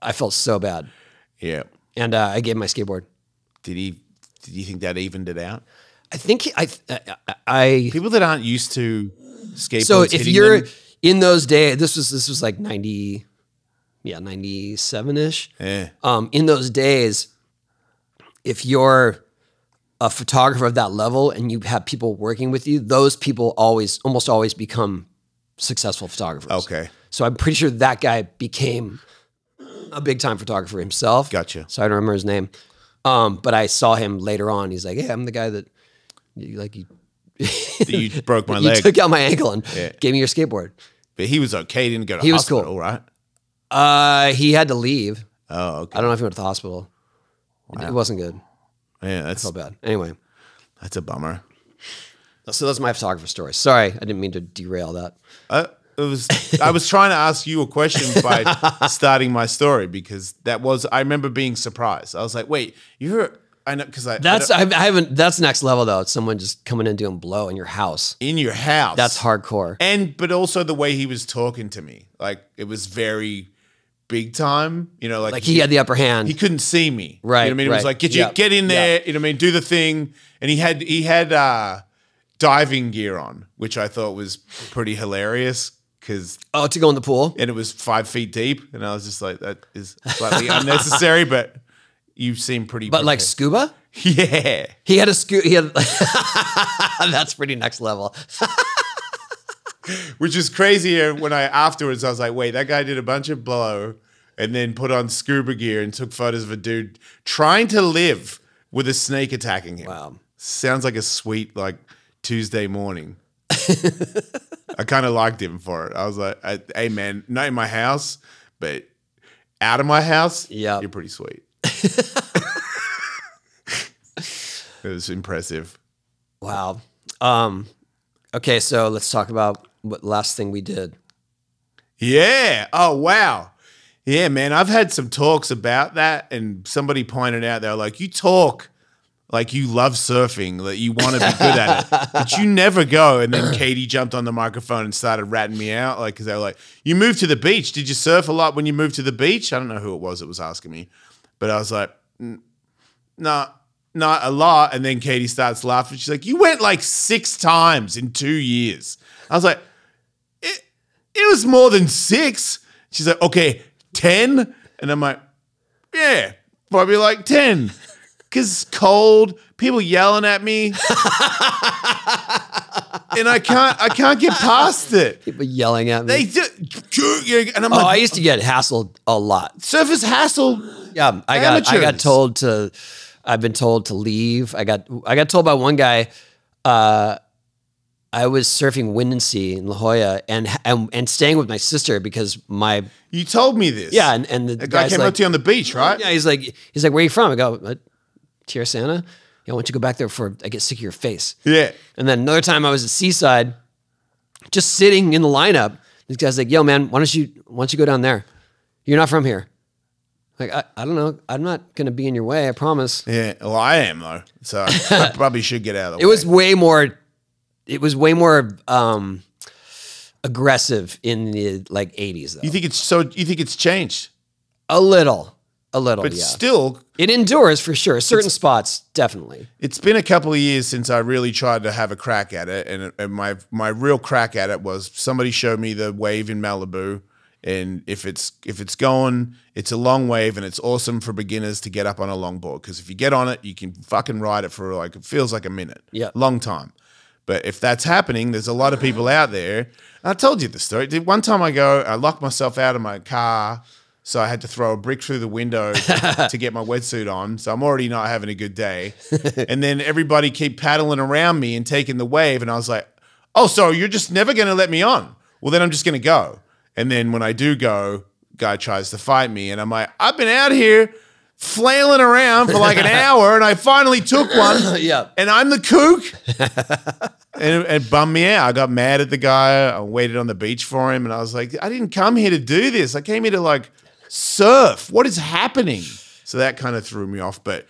[SPEAKER 1] I felt so bad.
[SPEAKER 2] Yeah.
[SPEAKER 1] and uh, I gave him my skateboard.
[SPEAKER 2] Did he did you think that evened it out?
[SPEAKER 1] I think he- I I, I
[SPEAKER 2] People that aren't used to skateboards.
[SPEAKER 1] so if
[SPEAKER 2] hitting
[SPEAKER 1] you're
[SPEAKER 2] them-
[SPEAKER 1] in those days, this was this was like ninety, yeah ninety seven ish.
[SPEAKER 2] Yeah.
[SPEAKER 1] Um, in those days, if you're a photographer of that level and you have people working with you, those people always almost always become successful photographers.
[SPEAKER 2] Okay.
[SPEAKER 1] So I'm pretty sure that guy became a big time photographer himself.
[SPEAKER 2] Gotcha.
[SPEAKER 1] So I don't remember his name. Um, but I saw him later on. He's like, "Yeah, I'm the guy that, you, like, you,
[SPEAKER 2] you broke my
[SPEAKER 1] you
[SPEAKER 2] leg.
[SPEAKER 1] took out my ankle and
[SPEAKER 2] Yeah.
[SPEAKER 1] gave me your skateboard."
[SPEAKER 2] But he was okay. He didn't go to
[SPEAKER 1] He was
[SPEAKER 2] hospital,
[SPEAKER 1] cool.
[SPEAKER 2] right?
[SPEAKER 1] Uh, he had to leave.
[SPEAKER 2] Oh, okay.
[SPEAKER 1] I don't know if he went to the hospital. It- It wasn't good.
[SPEAKER 2] Yeah, that's
[SPEAKER 1] Felt bad. Anyway,
[SPEAKER 2] that's a bummer.
[SPEAKER 1] Oh, so that's my photographer story. Sorry, I didn't mean to derail that.
[SPEAKER 2] I, Uh, it was I was trying to ask you a question by starting my story because that was I remember being surprised. I was like, "Wait, you're I know because I I
[SPEAKER 1] That's
[SPEAKER 2] don't-
[SPEAKER 1] I, I haven't. That's next level though. It's someone just coming in doing blow in your house.
[SPEAKER 2] in your house."
[SPEAKER 1] That's hardcore.
[SPEAKER 2] and but also the way he was talking to me, like it was very big time. You know, like,
[SPEAKER 1] Like he had the upper hand.
[SPEAKER 2] he couldn't see me.
[SPEAKER 1] Right,
[SPEAKER 2] You know what I mean? It
[SPEAKER 1] right.
[SPEAKER 2] was like, get you
[SPEAKER 1] Yeah,
[SPEAKER 2] get in
[SPEAKER 1] yeah.
[SPEAKER 2] there, you know what I mean, do the thing. And he had he had uh diving gear on, which I thought was pretty hilarious because
[SPEAKER 1] oh, to go in the pool.
[SPEAKER 2] and it was five feet deep. And I was just like, that is slightly unnecessary, but you seem pretty
[SPEAKER 1] But like
[SPEAKER 2] prepared.
[SPEAKER 1] scuba,
[SPEAKER 2] Yeah.
[SPEAKER 1] he had a scuba. He had. that's pretty next level.
[SPEAKER 2] Which is crazier when I afterwards I was like, wait, that guy did a bunch of blow and then put on scuba gear and took photos of a dude trying to live with a snake attacking him.
[SPEAKER 1] Wow.
[SPEAKER 2] Sounds like a sweet like Tuesday morning. I kind of liked him for it. I was like, I- hey man, not in my house, but out of my house,
[SPEAKER 1] Yep.
[SPEAKER 2] you're pretty sweet. it was impressive.
[SPEAKER 1] Wow. Um. Okay, so let's talk about what last thing we did.
[SPEAKER 2] Yeah. Oh, wow. Yeah, man. I've had some talks about that, and somebody pointed out they're like, you talk like you love surfing, that you want to be good at it, but you never go. And then Katie jumped on the microphone and started ratting me out, like, because they were like, you moved to the beach. Did you surf a lot when you moved to the beach? I don't know who it was that was asking me, but I was like, no, not a lot. And then Katie starts laughing. She's like, you went like six times in two years. I was like, it, it was more than six. She's like, okay, 10. And I'm like, yeah, probably like 10. Cause it's cold, people yelling at me. and I can't I can't get past it.
[SPEAKER 1] People yelling at me.
[SPEAKER 2] They do, and I'm
[SPEAKER 1] oh, I
[SPEAKER 2] like,
[SPEAKER 1] used to get hassled a lot.
[SPEAKER 2] surface hassle
[SPEAKER 1] Yeah, I got I got
[SPEAKER 2] Amateurs.
[SPEAKER 1] told to. I've been told to leave. I got I got told by one guy. Uh, I was surfing wind and sea in La Jolla and and, and staying with my sister because my
[SPEAKER 2] You told me this.
[SPEAKER 1] yeah and, and the
[SPEAKER 2] The guy
[SPEAKER 1] guy's
[SPEAKER 2] came
[SPEAKER 1] like
[SPEAKER 2] up to you on the beach, right?
[SPEAKER 1] yeah he's like he's like where are you from? I go uh, Tierra Santa. Yeah, why don't you go back there before I get sick of your face?
[SPEAKER 2] Yeah.
[SPEAKER 1] And then another time I was at Seaside, just sitting in the lineup. This guy's like, "Yo, man, why don't you why don't you go down there? You're not from here." Like, I, I don't know. I'm not gonna be in your way. I promise.
[SPEAKER 2] Yeah. Well, I am though, so I probably should get out of the
[SPEAKER 1] It
[SPEAKER 2] way.
[SPEAKER 1] was way more. It was way more um, aggressive in the like 80s, though.
[SPEAKER 2] you think it's so? You think it's changed?
[SPEAKER 1] a little, a little,
[SPEAKER 2] But
[SPEAKER 1] yeah.
[SPEAKER 2] still,
[SPEAKER 1] it endures for sure. Certain spots, definitely.
[SPEAKER 2] it's been a couple of years since I really tried to have a crack at it, and, and my my real crack at it was somebody showed me the wave in Malibu, and if it's if it's going, it's a long wave, and it's awesome for beginners to get up on a longboard because if you get on it, you can fucking ride it for like it feels like a minute,
[SPEAKER 1] Yeah.
[SPEAKER 2] long time. But if that's happening, there's a lot of people out there. I told you the story. Did one time I go, I locked myself out of my car, so I had to throw a brick through the window to get my wetsuit on. So I'm already not having a good day. and then everybody keep paddling around me and taking the wave, and I was like, "Oh, so you're just never going to let me on? Well, then I'm just going to go." And then when I do go, guy tries to fight me, and I'm like, "I've been out here." Flailing around for like an hour, and I finally took one.
[SPEAKER 1] Yeah.
[SPEAKER 2] and I'm the kook and it, it bummed me out. I got mad at the guy. I waited on the beach for him, and I was like, I didn't come here to do this. I came here to like surf. What is happening? So that kind of threw me off. But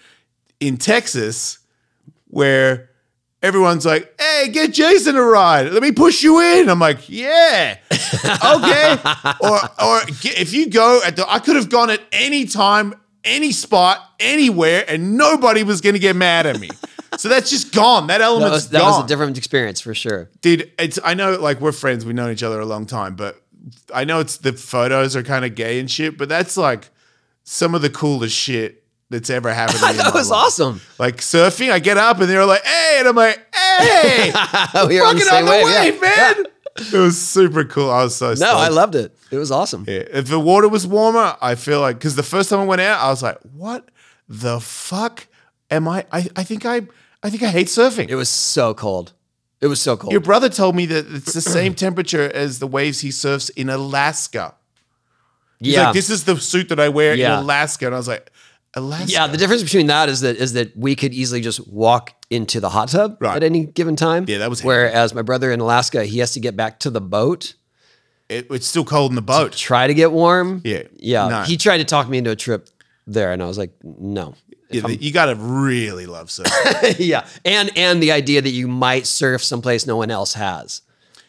[SPEAKER 2] in Texas, where everyone's like, "Hey, get Jason a ride. Let me push you in." I'm like, "Yeah, okay." or, or get, if you go at the, I could have gone at any time, any spot, anywhere, and nobody was going to get mad at me. So that's just gone. That
[SPEAKER 1] That
[SPEAKER 2] element's
[SPEAKER 1] was that
[SPEAKER 2] gone
[SPEAKER 1] was a different experience for sure.
[SPEAKER 2] dude it's i know like we're friends we've known each other a long time but i know it's the photos are kind of gay and shit but that's like some of the coolest shit that's ever happened to me in
[SPEAKER 1] That
[SPEAKER 2] my
[SPEAKER 1] was
[SPEAKER 2] life.
[SPEAKER 1] awesome.
[SPEAKER 2] like surfing i get up and they're like hey and i'm like hey
[SPEAKER 1] we were
[SPEAKER 2] fucking on the wave,
[SPEAKER 1] yeah.
[SPEAKER 2] man It was super cool. I was so
[SPEAKER 1] No, I
[SPEAKER 2] stoked.
[SPEAKER 1] loved it. It was awesome.
[SPEAKER 2] Yeah. If the water was warmer, I feel like because the first time I went out, I was like, "What the fuck am I? I, I think I, I think I hate surfing."
[SPEAKER 1] It was so cold. It was so cold.
[SPEAKER 2] Your brother told me that it's the same temperature as the waves he surfs in Alaska. He's
[SPEAKER 1] yeah.
[SPEAKER 2] like, "This is the suit that I wear
[SPEAKER 1] Yeah.
[SPEAKER 2] in Alaska," and I was like, "Alaska."
[SPEAKER 1] yeah, the difference between that is that is that we could easily just walk into the hot tub
[SPEAKER 2] Right.
[SPEAKER 1] at any given time.
[SPEAKER 2] Yeah, that was handy.
[SPEAKER 1] Whereas my brother in Alaska, he has to get back to the boat,
[SPEAKER 2] It- it's still cold in the boat.
[SPEAKER 1] try to get warm.
[SPEAKER 2] Yeah.
[SPEAKER 1] yeah.
[SPEAKER 2] No.
[SPEAKER 1] He tried to talk me into a trip there, and I was like, no.
[SPEAKER 2] Yeah, you gotta really love surfing.
[SPEAKER 1] yeah, and and the idea that you might surf someplace no one else has,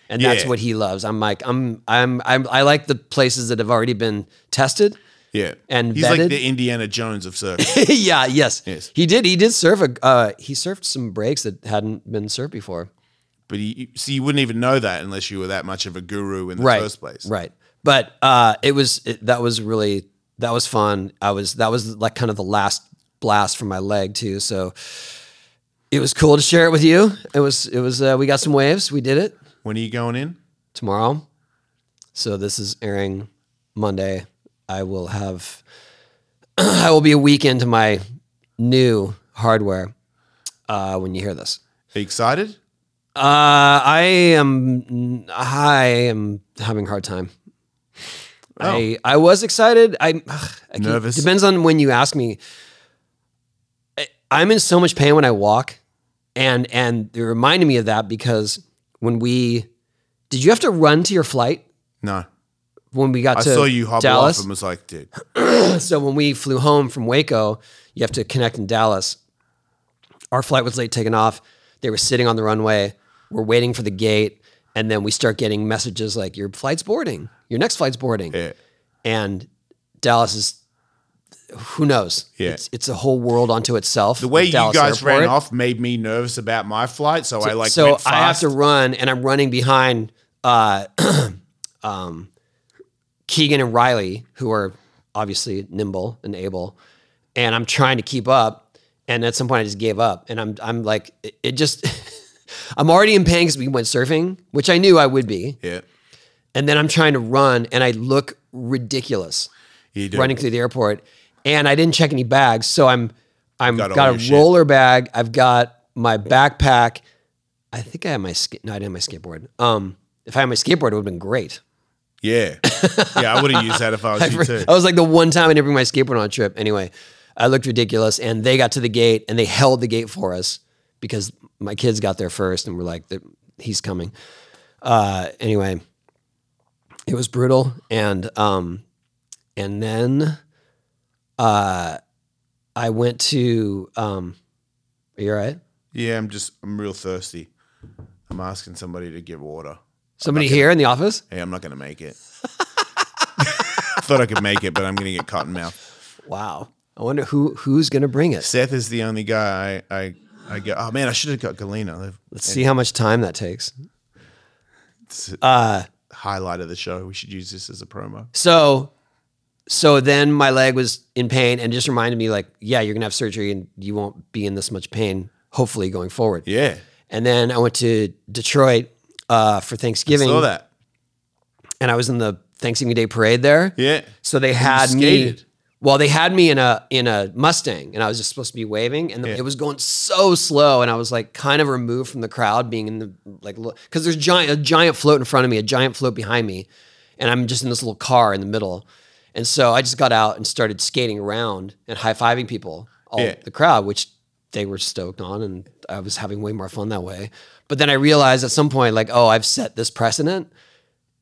[SPEAKER 1] and that's
[SPEAKER 2] Yeah.
[SPEAKER 1] what he loves. I'm like, I'm, I'm, I'm, I like the places that have already been tested.
[SPEAKER 2] Yeah,
[SPEAKER 1] And
[SPEAKER 2] he's
[SPEAKER 1] vetted?
[SPEAKER 2] like the Indiana Jones of surfing.
[SPEAKER 1] yeah, yes.
[SPEAKER 2] Yes.
[SPEAKER 1] He did. He did surf a. Uh, he surfed some breaks that hadn't been surfed before.
[SPEAKER 2] but you, see, you wouldn't even know that unless you were that much of a guru in the
[SPEAKER 1] Right.
[SPEAKER 2] first place.
[SPEAKER 1] Right. But uh, it was it, that was really that was fun. I was that was like kind of the last blast from my leg too. So it was cool to share it with you. It was it was uh, we got some waves. We did it
[SPEAKER 2] When are you going in?
[SPEAKER 1] tomorrow. So this is airing Monday. I will have I will be a week into my new hardware uh, when you hear this.
[SPEAKER 2] Are you excited?
[SPEAKER 1] Uh, I am. I am having a hard time. I I was excited. I'm ugh, I keep-
[SPEAKER 2] Oh. Nervous?
[SPEAKER 1] Depends on when you ask me. I, I'm in so much pain when I walk, and and it reminded me of that because when we did, you have to run to your flight
[SPEAKER 2] No.
[SPEAKER 1] when we got
[SPEAKER 2] I
[SPEAKER 1] to
[SPEAKER 2] saw you hobble
[SPEAKER 1] Dallas.
[SPEAKER 2] off and was like, dude,
[SPEAKER 1] So when we flew home from Waco, you have to connect in Dallas. Our flight was late taking off. They were sitting on the runway. We're waiting for the gate. And then we start getting messages like, your flight's boarding. Your next flight's boarding.
[SPEAKER 2] Yeah.
[SPEAKER 1] And Dallas is, who knows?
[SPEAKER 2] Yeah.
[SPEAKER 1] It's, it's a whole world unto itself.
[SPEAKER 2] the way you guys ran off made me nervous about my flight. So, I like,
[SPEAKER 1] so
[SPEAKER 2] went
[SPEAKER 1] I have to
[SPEAKER 2] fast.
[SPEAKER 1] run, and I'm running behind uh, um, Keegan and Riley, who are obviously nimble and able, and I'm trying to keep up. And at some point, I just gave up, and I'm I'm like, it, it just. I'm already in pain because we went surfing, which I knew I would be,
[SPEAKER 2] Yeah.
[SPEAKER 1] and then I'm trying to run, and I look ridiculous
[SPEAKER 2] You do.
[SPEAKER 1] running through the airport, and I didn't check any bags, so I'm I'm
[SPEAKER 2] Got all
[SPEAKER 1] got,
[SPEAKER 2] your
[SPEAKER 1] a
[SPEAKER 2] shit.
[SPEAKER 1] roller bag. I've got my backpack. I think I had my sk- no, I didn't have my skateboard. Um, if I had my skateboard, it would have been great.
[SPEAKER 2] Yeah. yeah. I would have used that if I was you too.
[SPEAKER 1] I was like the one time I didn't bring my skateboard on a trip. Anyway, I looked ridiculous, and they got to the gate and they held the gate for us because my kids got there first, and we're like, "The- "He's coming." Uh, anyway, it was brutal, and um, and then uh, I went to. Um, are you all right?
[SPEAKER 2] Yeah. I'm just, I'm real thirsty. I'm asking somebody to get water.
[SPEAKER 1] Somebody here in the office?
[SPEAKER 2] Hey, I'm not going to make it. I thought I could make it, but I'm going to get cotton mouth.
[SPEAKER 1] Wow. I wonder who who's gonna bring it.
[SPEAKER 2] Seth is the only guy I, I, I go, oh man, I should have got Galena.
[SPEAKER 1] Let's see how much time that takes.
[SPEAKER 2] Highlight of the show. We should use this as a promo.
[SPEAKER 1] So, so then my leg was in pain and just reminded me like, yeah, you're gonna have surgery and you won't be in this much pain, hopefully going forward.
[SPEAKER 2] Yeah.
[SPEAKER 1] And then I went to Detroit uh, for Thanksgiving
[SPEAKER 2] Saw that.
[SPEAKER 1] and I was in the Thanksgiving Day parade there.
[SPEAKER 2] Yeah.
[SPEAKER 1] So they had me.
[SPEAKER 2] skated.
[SPEAKER 1] Well, they had me in a in a Mustang, and I was just supposed to be waving, and the- it was going so slow, and I was like kind of removed from the crowd, being in the like because there's giant a giant float in front of me, a giant float behind me, and I'm just in this little car in the middle, and so I just got out and started skating around and high fiving people, all
[SPEAKER 2] Yeah.
[SPEAKER 1] the crowd, which they were stoked on, and I was having way more fun that way. But then I realized at some point, like, oh, I've set this precedent,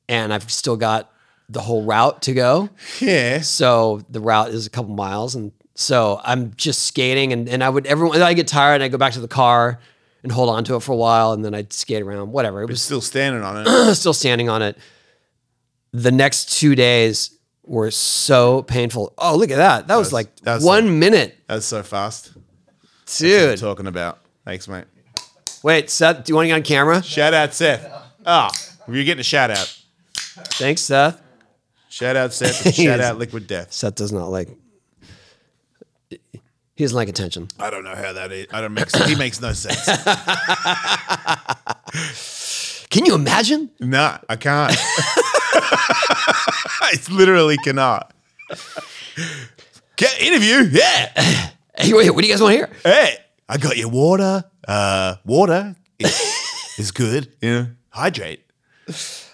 [SPEAKER 1] and I've still got the whole route to go.
[SPEAKER 2] Yeah.
[SPEAKER 1] So the route is a couple miles, and so I'm just skating, and, and I would everyone. I get tired, and I go back to the car and hold on to it for a while, and then I'd skate around. Whatever. It was
[SPEAKER 2] Still standing on it.
[SPEAKER 1] still standing on it. The next two days were so painful. Oh, look at that! That was,
[SPEAKER 2] was-
[SPEAKER 1] like
[SPEAKER 2] that was
[SPEAKER 1] one minute,
[SPEAKER 2] That's so fast.
[SPEAKER 1] dude.
[SPEAKER 2] talking about. Thanks, mate.
[SPEAKER 1] Wait, Seth, do you want to get on camera?
[SPEAKER 2] Shout out, Seth. Ah, you're getting a shout out.
[SPEAKER 1] Thanks, Seth.
[SPEAKER 2] Shout out, Seth. and shout out, Liquid Death.
[SPEAKER 1] Seth does not like. He doesn't like attention.
[SPEAKER 2] I don't know how that is. I don't make. He makes no sense.
[SPEAKER 1] Can you imagine?
[SPEAKER 2] No, I can't. I literally cannot. Get interview. Yeah.
[SPEAKER 1] Hey, wait, what do you guys want to hear?
[SPEAKER 2] Hey, I got your water. Uh, water is, is good. Yeah. Hydrate.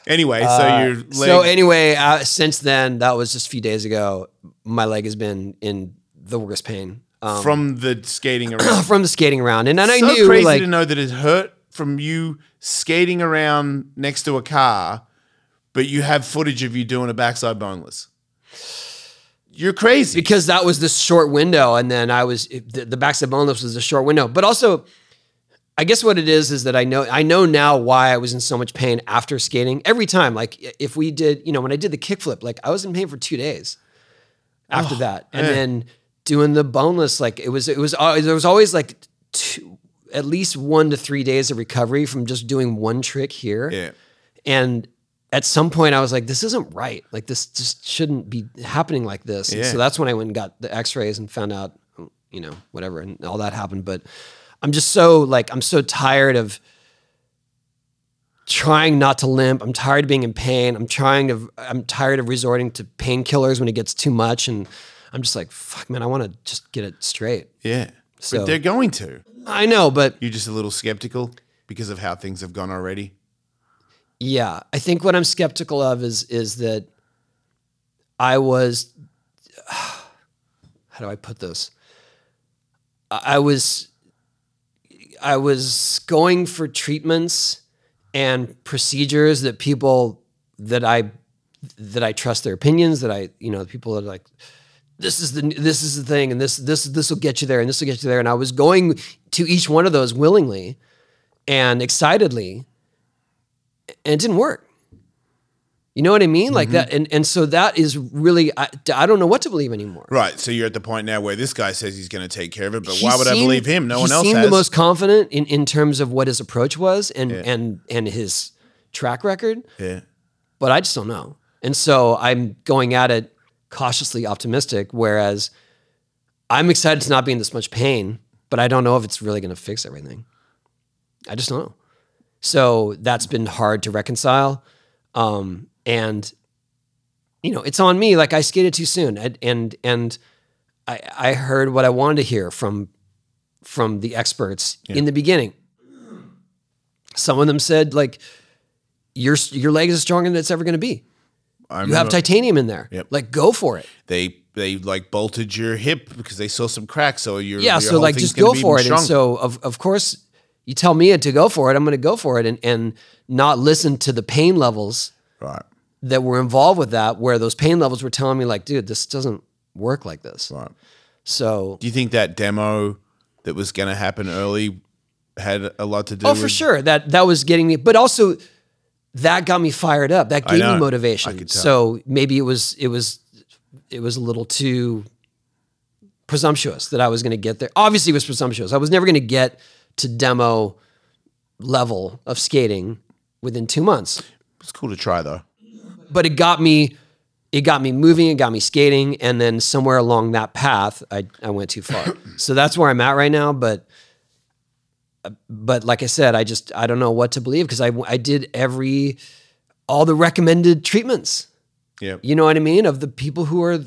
[SPEAKER 2] Anyway, Uh, so your leg.
[SPEAKER 1] So anyway, uh, since then, that was just a few days ago. My leg has been in the worst pain um,
[SPEAKER 2] from the skating around.
[SPEAKER 1] from the skating around, and, and I
[SPEAKER 2] so
[SPEAKER 1] knew
[SPEAKER 2] crazy
[SPEAKER 1] like
[SPEAKER 2] to know that it hurt from you skating around next to a car, but you have footage of you doing a backside boneless. You're crazy.
[SPEAKER 1] because that was this short window, and then I was it- the, the backside boneless was a short window. But also, I guess what it is is that I know I know now why I was in so much pain after skating every time. Like i- if we did, you know, when I did the kickflip, like I was in pain for two days
[SPEAKER 2] Oh,
[SPEAKER 1] after that, and
[SPEAKER 2] man.
[SPEAKER 1] then doing the boneless, like it was it was always there was always like two, at least one to three days of recovery from just doing one trick here.
[SPEAKER 2] Yeah.
[SPEAKER 1] And at some point, I was like, this isn't right. Like, this just shouldn't be happening like this. And
[SPEAKER 2] Yeah.
[SPEAKER 1] so that's when I went and got the x rays and found out, you know, whatever, and all that happened. But I'm just so, like, I'm so tired of trying not to limp. I'm tired of being in pain. I'm trying to, I'm tired of resorting to painkillers when it gets too much. And I'm just like, fuck, man, I want to just get it straight.
[SPEAKER 2] Yeah.
[SPEAKER 1] So-
[SPEAKER 2] but they're going to.
[SPEAKER 1] I know, but
[SPEAKER 2] You're just a little skeptical because of how things have gone already.
[SPEAKER 1] Yeah, I think what I'm skeptical of is is that I was how do I put this? I I was I was going for treatments and procedures that people that I that I trust their opinions that I you know the people that are like this is the this is the thing and this this this will get you there and this will get you there and I was going to each one of those willingly and excitedly and it didn't work. You know what I mean? Like that, and and so that is really I, I don't know what to believe anymore.
[SPEAKER 2] Right. So you're at the point now where this guy says he's going to take care of it, but
[SPEAKER 1] He
[SPEAKER 2] why would I
[SPEAKER 1] seemed-
[SPEAKER 2] believe him? No
[SPEAKER 1] he
[SPEAKER 2] one else
[SPEAKER 1] seemed
[SPEAKER 2] has.
[SPEAKER 1] the most confident in in terms of what his approach was and
[SPEAKER 2] Yeah.
[SPEAKER 1] and and his track record,
[SPEAKER 2] yeah.
[SPEAKER 1] but I just don't know. And so I'm going at it cautiously optimistic, whereas I'm excited to not be in this much pain, but I don't know if it's really going to fix everything. I just don't know. So that's been hard to reconcile. Um, and you know, it's on me. Like I skated too soon, and and, and I, I heard what I wanted to hear from from the experts in the beginning. Some of them said like your your leg is stronger than it's ever going to be.
[SPEAKER 2] I
[SPEAKER 1] You have
[SPEAKER 2] remember
[SPEAKER 1] titanium in there.
[SPEAKER 2] Yep.
[SPEAKER 1] Like go for it.
[SPEAKER 2] they they like bolted your hip because they saw some cracks. So you're
[SPEAKER 1] yeah
[SPEAKER 2] your
[SPEAKER 1] so
[SPEAKER 2] whole
[SPEAKER 1] like
[SPEAKER 2] thing's
[SPEAKER 1] just
[SPEAKER 2] gonna
[SPEAKER 1] go
[SPEAKER 2] be
[SPEAKER 1] for it
[SPEAKER 2] even
[SPEAKER 1] and
[SPEAKER 2] stronger.
[SPEAKER 1] so of, of course you tell me to go for it i'm going to go for it and, and not listen to the pain levels
[SPEAKER 2] right,
[SPEAKER 1] that were involved with that where those pain levels were telling me like dude this doesn't work like this
[SPEAKER 2] right.
[SPEAKER 1] so
[SPEAKER 2] Do you think that demo that was going to happen early had a lot to do?
[SPEAKER 1] oh
[SPEAKER 2] with,
[SPEAKER 1] for sure that that was getting me but also that got me fired up that gave me
[SPEAKER 2] know.
[SPEAKER 1] motivation
[SPEAKER 2] I could tell.
[SPEAKER 1] so maybe it was it was it was a little too presumptuous that i was going to get there obviously it was presumptuous i was never going to get to demo level of skating within two months
[SPEAKER 2] It's cool to try though.
[SPEAKER 1] but it got me it got me moving it got me skating and then somewhere along that path i, I went too far so that's where i'm at right now but but like i said i just i don't know what to believe because I, I did every all the recommended treatments
[SPEAKER 2] Yeah.
[SPEAKER 1] you know what i mean of the people who are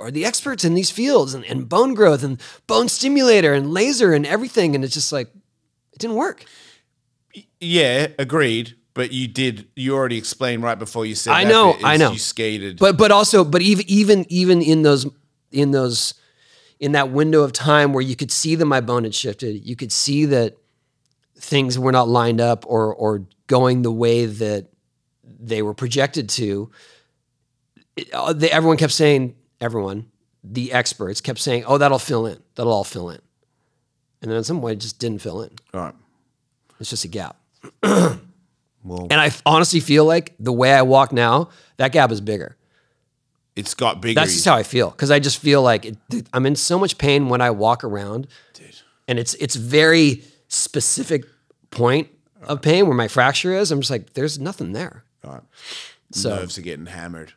[SPEAKER 1] are the experts in these fields and, and bone growth and bone stimulator and laser and everything and it's just like it didn't work
[SPEAKER 2] Yeah. Agreed. But you did. You already explained right before you said.
[SPEAKER 1] I
[SPEAKER 2] that
[SPEAKER 1] know,
[SPEAKER 2] bit,
[SPEAKER 1] I
[SPEAKER 2] is
[SPEAKER 1] know.
[SPEAKER 2] You skated.
[SPEAKER 1] but but also but even even even in those in those in that window of time where you could see that my bone had shifted you could see that things were not lined up or or going the way that they were projected to it- uh, they, everyone kept saying everyone the experts kept saying oh that'll fill in that'll all fill in and then in some way it just didn't fill in
[SPEAKER 2] all right.
[SPEAKER 1] it's just a gap
[SPEAKER 2] Well,
[SPEAKER 1] and i f- honestly feel like the way i walk now that gap is bigger
[SPEAKER 2] it's got bigger.
[SPEAKER 1] That's just how I feel because I just feel like it, dude, I'm in so much pain when I walk around, and it's it's very specific point of pain where my fracture is. I'm just like, there's nothing there.
[SPEAKER 2] Right.
[SPEAKER 1] So
[SPEAKER 2] Nerves are getting hammered.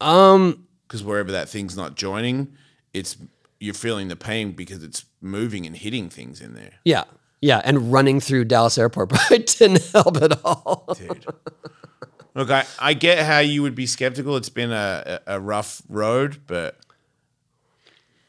[SPEAKER 1] um,
[SPEAKER 2] because wherever that thing's not joining, it's you're feeling the pain because it's moving and hitting things in there.
[SPEAKER 1] yeah, Yeah, and running through Dallas Airport, but I didn't help at all.
[SPEAKER 2] dude. Look, I, I get how you would be skeptical. It's been a, a a rough road, but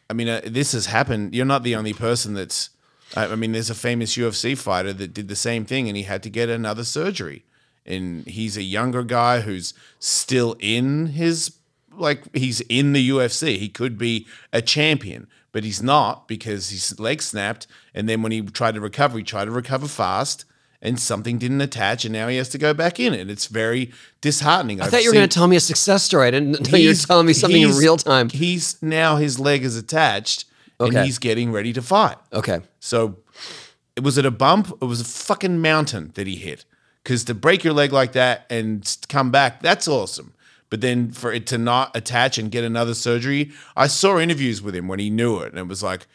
[SPEAKER 2] I mean, uh, this has happened. You're not the only person that's. I I mean, there's a famous UFC fighter that did the same thing, and he had to get another surgery. And he's a younger guy who's still in his like he's in the UFC. He could be a champion, but he's not because his leg snapped. And then when he tried to recover, he tried to recover fast, and something didn't attach, and now he has to go back in. And it's very disheartening.
[SPEAKER 1] I thought you were going to tell me a success story. I didn't know you were
[SPEAKER 2] He's-
[SPEAKER 1] telling me something in
[SPEAKER 2] he's-
[SPEAKER 1] real time.
[SPEAKER 2] He's now his leg is attached
[SPEAKER 1] Okay.
[SPEAKER 2] and he's getting ready to fight.
[SPEAKER 1] Okay.
[SPEAKER 2] So it was at a bump. It was a fucking mountain that he hit. Because to break your leg like that and s- come back, that's awesome. But then for it to not attach and get another surgery, I saw interviews with him when he knew it, and it was like,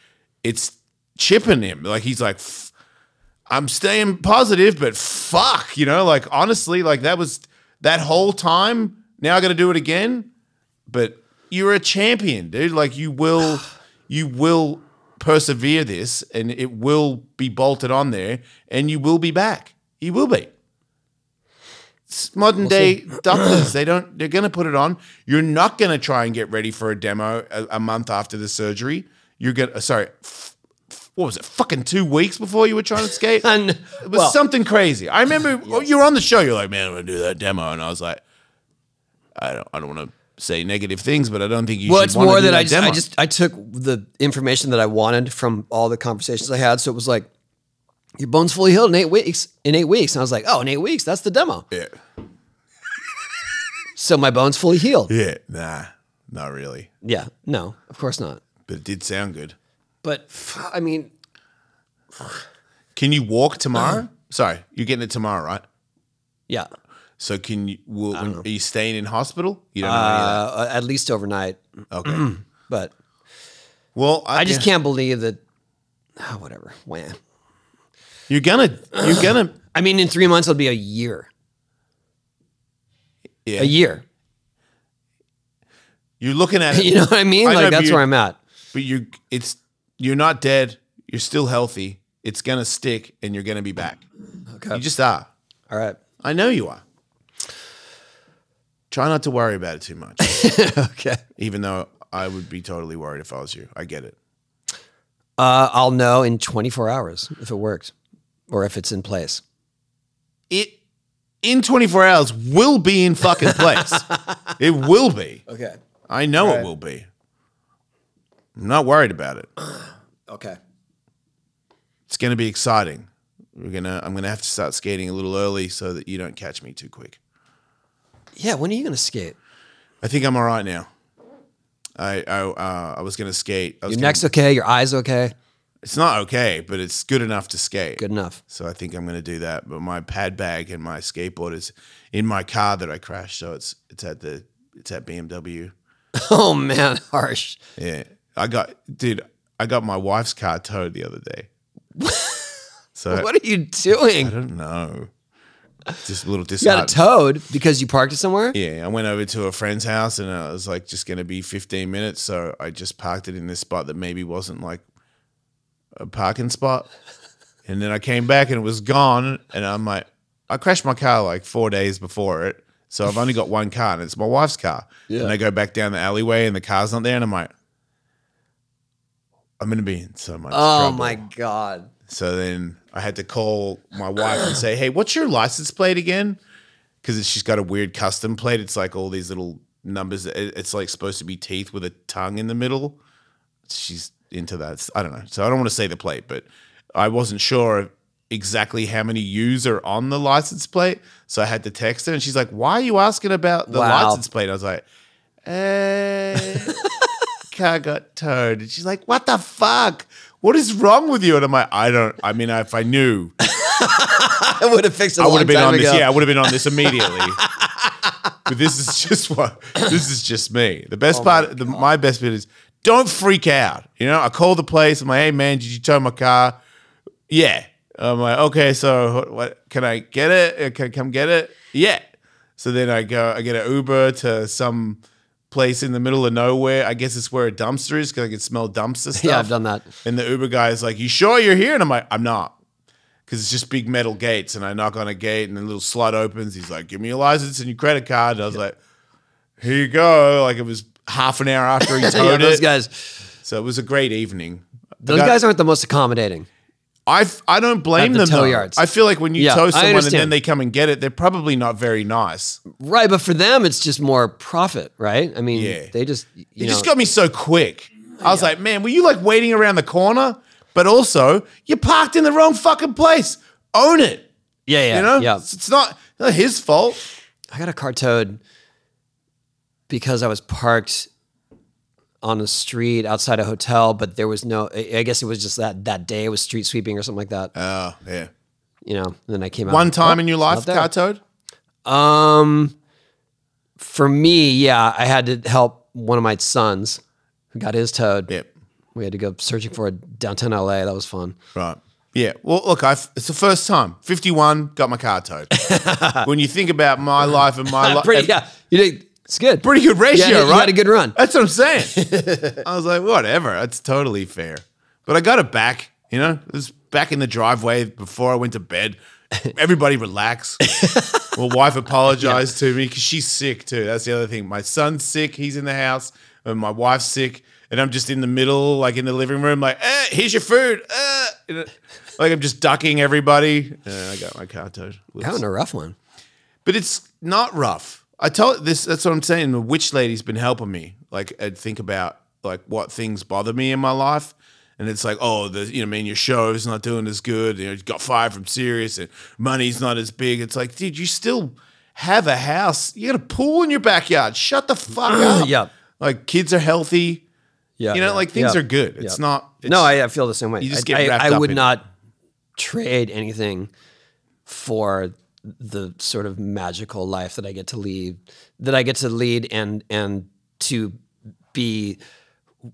[SPEAKER 2] it's chipping him. Like he's like, "F- I'm staying positive, but fuck, you know, like honestly, like that was that whole time. Now I got to do it again but you're a champion, dude. Like you will, you will persevere this, and it will be bolted on there, and you will be back. You will be. It's modern day doctors, they don't. They're going to put it on. You're not going to try and get ready for a demo a, a month after the surgery. You're going to sorry. f- f- What was it? Fucking two weeks before you were trying to skate.
[SPEAKER 1] And
[SPEAKER 2] It was
[SPEAKER 1] well,
[SPEAKER 2] something crazy. I remember you were on the show. You're like, man, I'm gonna do that demo, and I was like, I don't, I don't want to say negative things, but I don't think you.
[SPEAKER 1] well,
[SPEAKER 2] should
[SPEAKER 1] it's
[SPEAKER 2] wanna
[SPEAKER 1] more
[SPEAKER 2] do
[SPEAKER 1] that I just,
[SPEAKER 2] demo.
[SPEAKER 1] I just I took the information that I wanted from all the conversations I had. So it was like your bones fully healed in eight weeks. In eight weeks, and I was like, oh, in eight weeks, that's the demo.
[SPEAKER 2] yeah,
[SPEAKER 1] So my bones fully healed.
[SPEAKER 2] yeah, nah, not really,
[SPEAKER 1] Yeah. No, of course not.
[SPEAKER 2] but it did sound good.
[SPEAKER 1] But I mean,
[SPEAKER 2] Can you walk
[SPEAKER 1] Um,
[SPEAKER 2] tomorrow? Sorry, you're getting it tomorrow, right?
[SPEAKER 1] yeah.
[SPEAKER 2] So can you? Will, when, are you staying in hospital? You don't know
[SPEAKER 1] Uh, at least overnight.
[SPEAKER 2] any of that. Okay.
[SPEAKER 1] But
[SPEAKER 2] Well,
[SPEAKER 1] I just can't believe that. ah, whatever. Wham.
[SPEAKER 2] You're gonna. You're gonna.
[SPEAKER 1] I mean, in three months it'll be a year.
[SPEAKER 2] Yeah.
[SPEAKER 1] A year.
[SPEAKER 2] You're looking at it.
[SPEAKER 1] You know what I mean?
[SPEAKER 2] I know,
[SPEAKER 1] like
[SPEAKER 2] but
[SPEAKER 1] that's
[SPEAKER 2] you-
[SPEAKER 1] where I'm at.
[SPEAKER 2] but you it's you're not dead you're still healthy it's gonna stick and you're gonna be back
[SPEAKER 1] Okay.
[SPEAKER 2] you just are
[SPEAKER 1] All right.
[SPEAKER 2] i know you are try not to worry about it too much
[SPEAKER 1] Okay.
[SPEAKER 2] even though i would be totally worried if i was you i get it
[SPEAKER 1] Uh, I'll know in 24 hours if it works or if it's in place.
[SPEAKER 2] it in 24 hours will be in fucking place it will be
[SPEAKER 1] Okay.
[SPEAKER 2] i know it will be i'm not worried about it
[SPEAKER 1] Okay.
[SPEAKER 2] it's gonna be exciting we're gonna i'm gonna have to start skating a little early so that you don't catch me too quick
[SPEAKER 1] Yeah. When are you going to skate?
[SPEAKER 2] I think I'm all right now. I I uh, I was gonna skate. I was
[SPEAKER 1] Your
[SPEAKER 2] gonna-
[SPEAKER 1] neck's okay. Your eyes okay.
[SPEAKER 2] It's not okay, but it's good enough to skate.
[SPEAKER 1] Good enough.
[SPEAKER 2] So I think I'm gonna do that. But my pad bag and my skateboard is in my car that I crashed. So it's it's at the it's at BMW.
[SPEAKER 1] Oh man, harsh.
[SPEAKER 2] Yeah, I got dude. I got my wife's car towed the other day. so
[SPEAKER 1] What are you
[SPEAKER 2] I
[SPEAKER 1] doing?
[SPEAKER 2] don't know. Just a little
[SPEAKER 1] You got
[SPEAKER 2] disheartened.
[SPEAKER 1] a toad because you parked it somewhere.
[SPEAKER 2] Yeah, I went over to a friend's house and I was like, just going to be 15 minutes. So I just parked it in this spot that maybe wasn't like a parking spot. And then I came back and it was gone. And I'm like, I crashed my car like four days before it. So I've only got one car and it's my wife's car.
[SPEAKER 1] Yeah.
[SPEAKER 2] And I go back down the alleyway and the car's not there. And I'm like, I'm going to be in so much
[SPEAKER 1] oh
[SPEAKER 2] trouble.
[SPEAKER 1] my god.
[SPEAKER 2] So then I had to call my wife and say, "Hey, what's your license plate again?" Because she's got a weird custom plate. It's like all these little numbers. It- It's like supposed to be teeth with a tongue in the middle. She's into that. It's- I don't know. So I don't want to say the plate, but I wasn't sure exactly how many U's are on the license plate. So I had to text her, and she's like, "Why are you asking about the
[SPEAKER 1] Wow.
[SPEAKER 2] license plate?" I was like, "Eh." car got towed. And she's like, What the fuck? What is wrong with you? And I'm like, I don't, I mean, if I knew,
[SPEAKER 1] I would have fixed it. I
[SPEAKER 2] I would have been on this. Yeah, I would have been on this immediately. but this is just what, this is just me. The best part, the, my best bit is don't freak out. You know, I call the place. I'm like, Hey, man, did you tow my car? Yeah. I'm like, okay, so what, what can I get it? Uh, Can I come get it? Yeah. So then I go, I get an Uber to some place in the middle of nowhere. I guess it's where a dumpster is because I can smell dumpster stuff.
[SPEAKER 1] Yeah, I've done that.
[SPEAKER 2] And the Uber guy is like, "You sure you're here?" And I'm like, "I'm not." because it's just big metal gates. And I knock on a gate, and a little slot opens. He's like, "Give me your license and your credit card." And I was like, "Here you go!" Like it was half an hour after he
[SPEAKER 1] Yeah,
[SPEAKER 2] towed
[SPEAKER 1] those
[SPEAKER 2] it.
[SPEAKER 1] guys.
[SPEAKER 2] so it was a great evening.
[SPEAKER 1] Those
[SPEAKER 2] That-
[SPEAKER 1] guys aren't the most accommodating.
[SPEAKER 2] I, f- I don't blame
[SPEAKER 1] the
[SPEAKER 2] them.
[SPEAKER 1] tow
[SPEAKER 2] though.
[SPEAKER 1] yards.
[SPEAKER 2] I feel like when you
[SPEAKER 1] Yeah, I
[SPEAKER 2] tow someone and then
[SPEAKER 1] understand.
[SPEAKER 2] they come and get it, they're probably not very nice.
[SPEAKER 1] Right, but for them, it's just more profit, right? I mean,
[SPEAKER 2] Yeah.
[SPEAKER 1] they just you,
[SPEAKER 2] You
[SPEAKER 1] know,
[SPEAKER 2] just got me so quick. I was like, man, were you like waiting around the corner? But also, you parked in the wrong fucking place. Own it.
[SPEAKER 1] yeah, yeah,
[SPEAKER 2] You know,
[SPEAKER 1] yeah.
[SPEAKER 2] it's, it's not, not his fault.
[SPEAKER 1] I got a car towed because I was parked on the street outside a hotel, but there was no. I I guess it was just that that day it was street sweeping or something like that.
[SPEAKER 2] Oh yeah.
[SPEAKER 1] you know, and then I came out
[SPEAKER 2] One time in your
[SPEAKER 1] not
[SPEAKER 2] life,
[SPEAKER 1] there.
[SPEAKER 2] car towed.
[SPEAKER 1] Um, for me, yeah, I had to help one of my sons who got his towed.
[SPEAKER 2] Yep.
[SPEAKER 1] We had to go searching for it downtown LA. That was fun.
[SPEAKER 2] Right. Yeah. Well, look, I've, it's the first time. Fifty-one, got my car towed. when you think about my life Uh, and my life,
[SPEAKER 1] Pretty, yeah, you did. It's good.
[SPEAKER 2] pretty good ratio,
[SPEAKER 1] you had-
[SPEAKER 2] right?
[SPEAKER 1] you had a good run.
[SPEAKER 2] That's what I'm saying. I was like, whatever, that's totally fair. But I got it back, you know? It was back in the driveway before I went to bed. Everybody relax. My wife apologized to me because she's sick too. That's the other thing. My son's sick, he's in the house, and my wife's sick. And I'm just in the middle, like in the living room, like, eh, here's your food. Eh. You know, Like I'm just ducking everybody. Uh, I got my car towed. Whoops.
[SPEAKER 1] That was a rough one.
[SPEAKER 2] But it's not rough. I tell this. That's what I'm saying. The witch lady's been helping me. Like i think about like what things bother me in my life, and it's like, oh, the you know, I mean, your show's not doing as good. You know, you got fired from Sirius, and money's not as big. It's like, dude, you still have a house. You got a pool in your backyard. Shut the fuck up.
[SPEAKER 1] Yeah.
[SPEAKER 2] Like kids are healthy.
[SPEAKER 1] Yeah,
[SPEAKER 2] You know,
[SPEAKER 1] yeah,
[SPEAKER 2] like things
[SPEAKER 1] yeah.
[SPEAKER 2] are good. It's
[SPEAKER 1] yeah.
[SPEAKER 2] not. It's,
[SPEAKER 1] no, I, I feel the same way.
[SPEAKER 2] You just
[SPEAKER 1] I,
[SPEAKER 2] get
[SPEAKER 1] I-
[SPEAKER 2] wrapped
[SPEAKER 1] I
[SPEAKER 2] up
[SPEAKER 1] would
[SPEAKER 2] in it.
[SPEAKER 1] not trade anything for the sort of magical life that I get to lead, that I get to lead, and and to be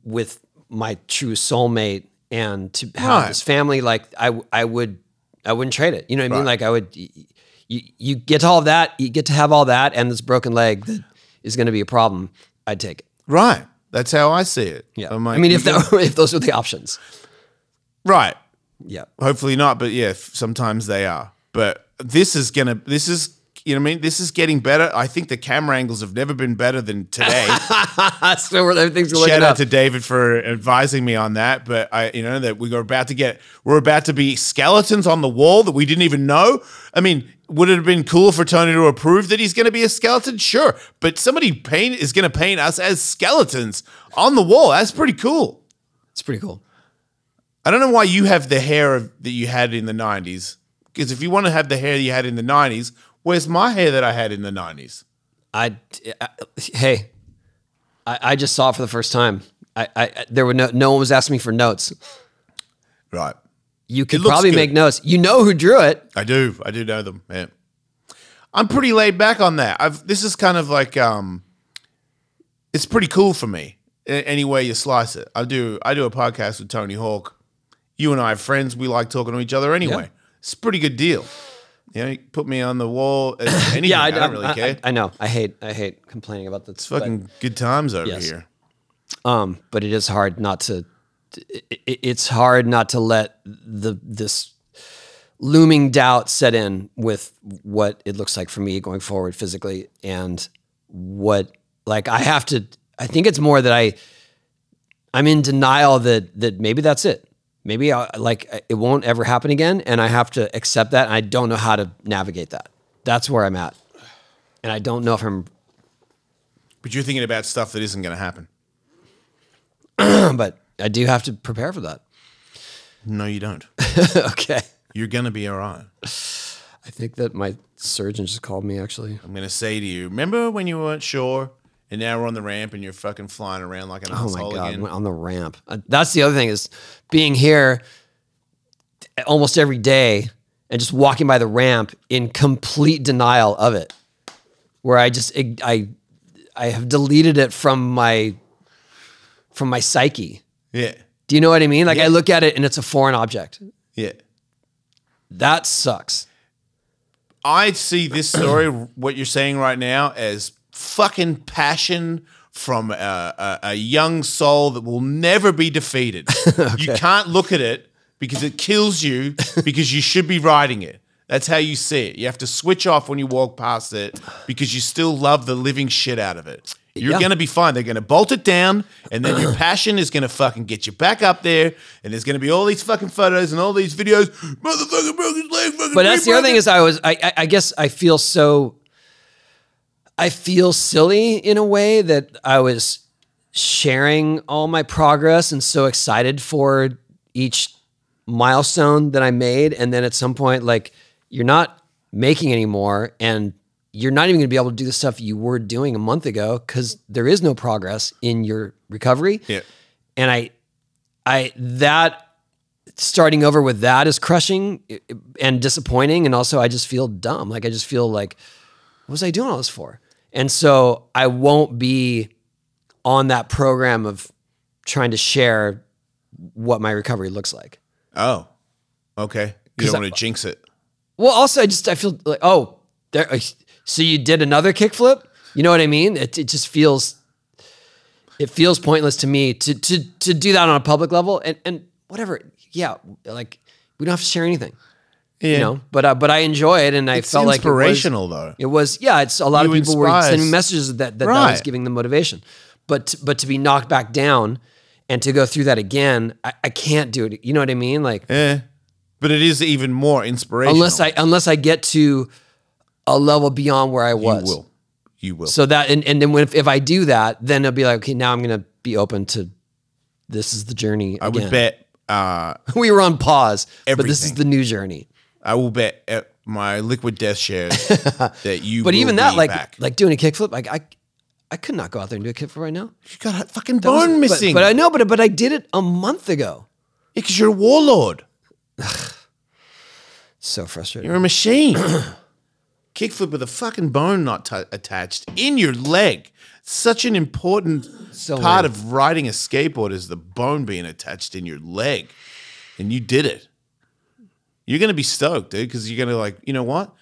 [SPEAKER 1] with my true soulmate and to have
[SPEAKER 2] Right.
[SPEAKER 1] this family. Like I, w- I would, I wouldn't trade it. You know what I mean? Like I would. y- y- You, you get to all of that, you get to have all that, and this broken leg that is going to be a problem. I'd take it.
[SPEAKER 2] right. That's how I see it.
[SPEAKER 1] Yeah,
[SPEAKER 2] I'm like,
[SPEAKER 1] I mean,
[SPEAKER 2] you
[SPEAKER 1] if that, if those were the options,
[SPEAKER 2] got- right.
[SPEAKER 1] yeah.
[SPEAKER 2] Hopefully not, but yeah, f- sometimes they are. But this is gonna, this is, you know, what I mean, this is getting better. I think the camera angles have never been better than today.
[SPEAKER 1] so we're- everything's looking
[SPEAKER 2] Shout
[SPEAKER 1] up.
[SPEAKER 2] out to David for advising me on that. But I, you know, that we were about to get, we're about to be skeletons on the wall that we didn't even know. I mean, would it have been cool for Tony to approve that he's going to be a skeleton? Sure, but somebody paint is going to paint us as skeletons on the wall. That's pretty cool.
[SPEAKER 1] it's pretty cool.
[SPEAKER 2] I don't know why you have the hair of, that you had in the 90s. Because if you want to have the hair you had in the 90s, where's my hair that I had in the 90s?
[SPEAKER 1] I, I hey, I, I just saw it for the first time. I, I- I there were no no one was asking me for notes.
[SPEAKER 2] Right.
[SPEAKER 1] You could
[SPEAKER 2] looks
[SPEAKER 1] probably
[SPEAKER 2] good.
[SPEAKER 1] make notes. You know who drew it.
[SPEAKER 2] I do. I do know them. Yeah. I'm pretty laid back on that. I've this is kind of like um it's pretty cool for me. a- Any way you slice it. I do I do a podcast with Tony Hawk. You and I are friends. We like talking to each other anyway. It's a pretty good deal. You know, you put me on the wall. as Anything, I, don't really care.
[SPEAKER 1] I, know. I hate I hate complaining about this.
[SPEAKER 2] it's fucking good times over
[SPEAKER 1] Yes.
[SPEAKER 2] here.
[SPEAKER 1] but, um, but it is hard not to. It, it- it's hard not to let the this looming doubt set in with what it looks like for me going forward physically and what like I have to. I think it's more that I I'm in denial that that maybe that's it. Maybe I, like it won't ever happen again, and I have to accept that. And I don't know how to navigate that. That's where I'm at, and I don't know if I'm.
[SPEAKER 2] But you're thinking about stuff that isn't going to happen.
[SPEAKER 1] But I do have to prepare for that.
[SPEAKER 2] No, you don't.
[SPEAKER 1] okay.
[SPEAKER 2] You're going to be all right.
[SPEAKER 1] I think that my surgeon just called me actually.
[SPEAKER 2] I'm going to say to you, remember when you weren't sure and now we're on the ramp and you're fucking flying around like an
[SPEAKER 1] Oh my
[SPEAKER 2] asshole
[SPEAKER 1] god,
[SPEAKER 2] again?
[SPEAKER 1] went on the ramp. Uh, That's the other thing is being here t- almost every day and just walking by the ramp in complete denial of it. Where I just ig- I I have deleted it from my from my psyche.
[SPEAKER 2] Yeah.
[SPEAKER 1] Do you know what I mean? Like I
[SPEAKER 2] Yeah.
[SPEAKER 1] look at it and it's a foreign object.
[SPEAKER 2] Yeah.
[SPEAKER 1] That sucks.
[SPEAKER 2] I see this story, what you're saying right now, as fucking passion from a, a, a young soul that will never be defeated. You can't look at it because it kills you because you should be riding it. That's how you see it. You have to switch off when you walk past it because you still love the living shit out of it. You're
[SPEAKER 1] Yeah.
[SPEAKER 2] going to be fine. They're going to bolt it down, and then your passion is going to fucking get you back up there. And there's going to be all these fucking photos and all these videos. Motherfucker broke his leg. Fucking
[SPEAKER 1] But that's the other
[SPEAKER 2] re-broke
[SPEAKER 1] thing
[SPEAKER 2] it.
[SPEAKER 1] is I was I, I I guess I feel so I feel silly in a way that I was sharing all my progress and so excited for each milestone that I made and then at some point like you're not making anymore and you're not even going to be able to do the stuff you were doing a month ago cuz there is no progress in your recovery.
[SPEAKER 2] Yeah.
[SPEAKER 1] And I I that starting over with that is crushing i- i- and disappointing and also i just feel dumb like i just feel like what was i doing all this for and so i won't be on that program of trying to share what my recovery looks like
[SPEAKER 2] Oh, okay. You
[SPEAKER 1] 'Cause
[SPEAKER 2] don't
[SPEAKER 1] I-
[SPEAKER 2] want to jinx it.
[SPEAKER 1] well also i just i feel like oh there so you did another kickflip you know what i mean it, it just feels it feels pointless to me to to to do that on a public level and and whatever yeah like we don't have to share anything
[SPEAKER 2] Yeah.
[SPEAKER 1] you know. But uh, but I enjoy it, and I
[SPEAKER 2] it's
[SPEAKER 1] felt like it was,
[SPEAKER 2] inspirational, though.
[SPEAKER 1] it was yeah. It's a lot of
[SPEAKER 2] You
[SPEAKER 1] people were
[SPEAKER 2] inspires-
[SPEAKER 1] sending me messages that that, that was
[SPEAKER 2] Right.
[SPEAKER 1] giving them motivation, but but to be knocked back down and to go through that again, I, I can't do it. You know what I mean? Like
[SPEAKER 2] Yeah. But it is even more inspirational.
[SPEAKER 1] unless I unless I get to a level beyond where I was.
[SPEAKER 2] You will. You will.
[SPEAKER 1] So that and and then when, if, if I do that, then it'll be like okay, now I'm gonna be open to. This is the journey.
[SPEAKER 2] I would bet. Uh,
[SPEAKER 1] we were on pause, but this is
[SPEAKER 2] Everything.
[SPEAKER 1] the new journey.
[SPEAKER 2] I will bet at my liquid death shares that you.
[SPEAKER 1] But
[SPEAKER 2] will
[SPEAKER 1] even that,
[SPEAKER 2] be
[SPEAKER 1] like
[SPEAKER 2] back.
[SPEAKER 1] like doing a kickflip, like I, I could not go out there and do a kickflip right now.
[SPEAKER 2] you got a fucking
[SPEAKER 1] That was-
[SPEAKER 2] bone
[SPEAKER 1] but-
[SPEAKER 2] missing
[SPEAKER 1] But, I know, but but I did it a month ago.
[SPEAKER 2] because you're a warlord.
[SPEAKER 1] So frustrating.
[SPEAKER 2] You're a machine. Kickflip with a fucking bone not t- attached in your leg. Such an important
[SPEAKER 1] So
[SPEAKER 2] part of riding a skateboard is the bone being attached in your leg, and you did it. You're gonna be stoked, dude, because you're gonna like, you know what?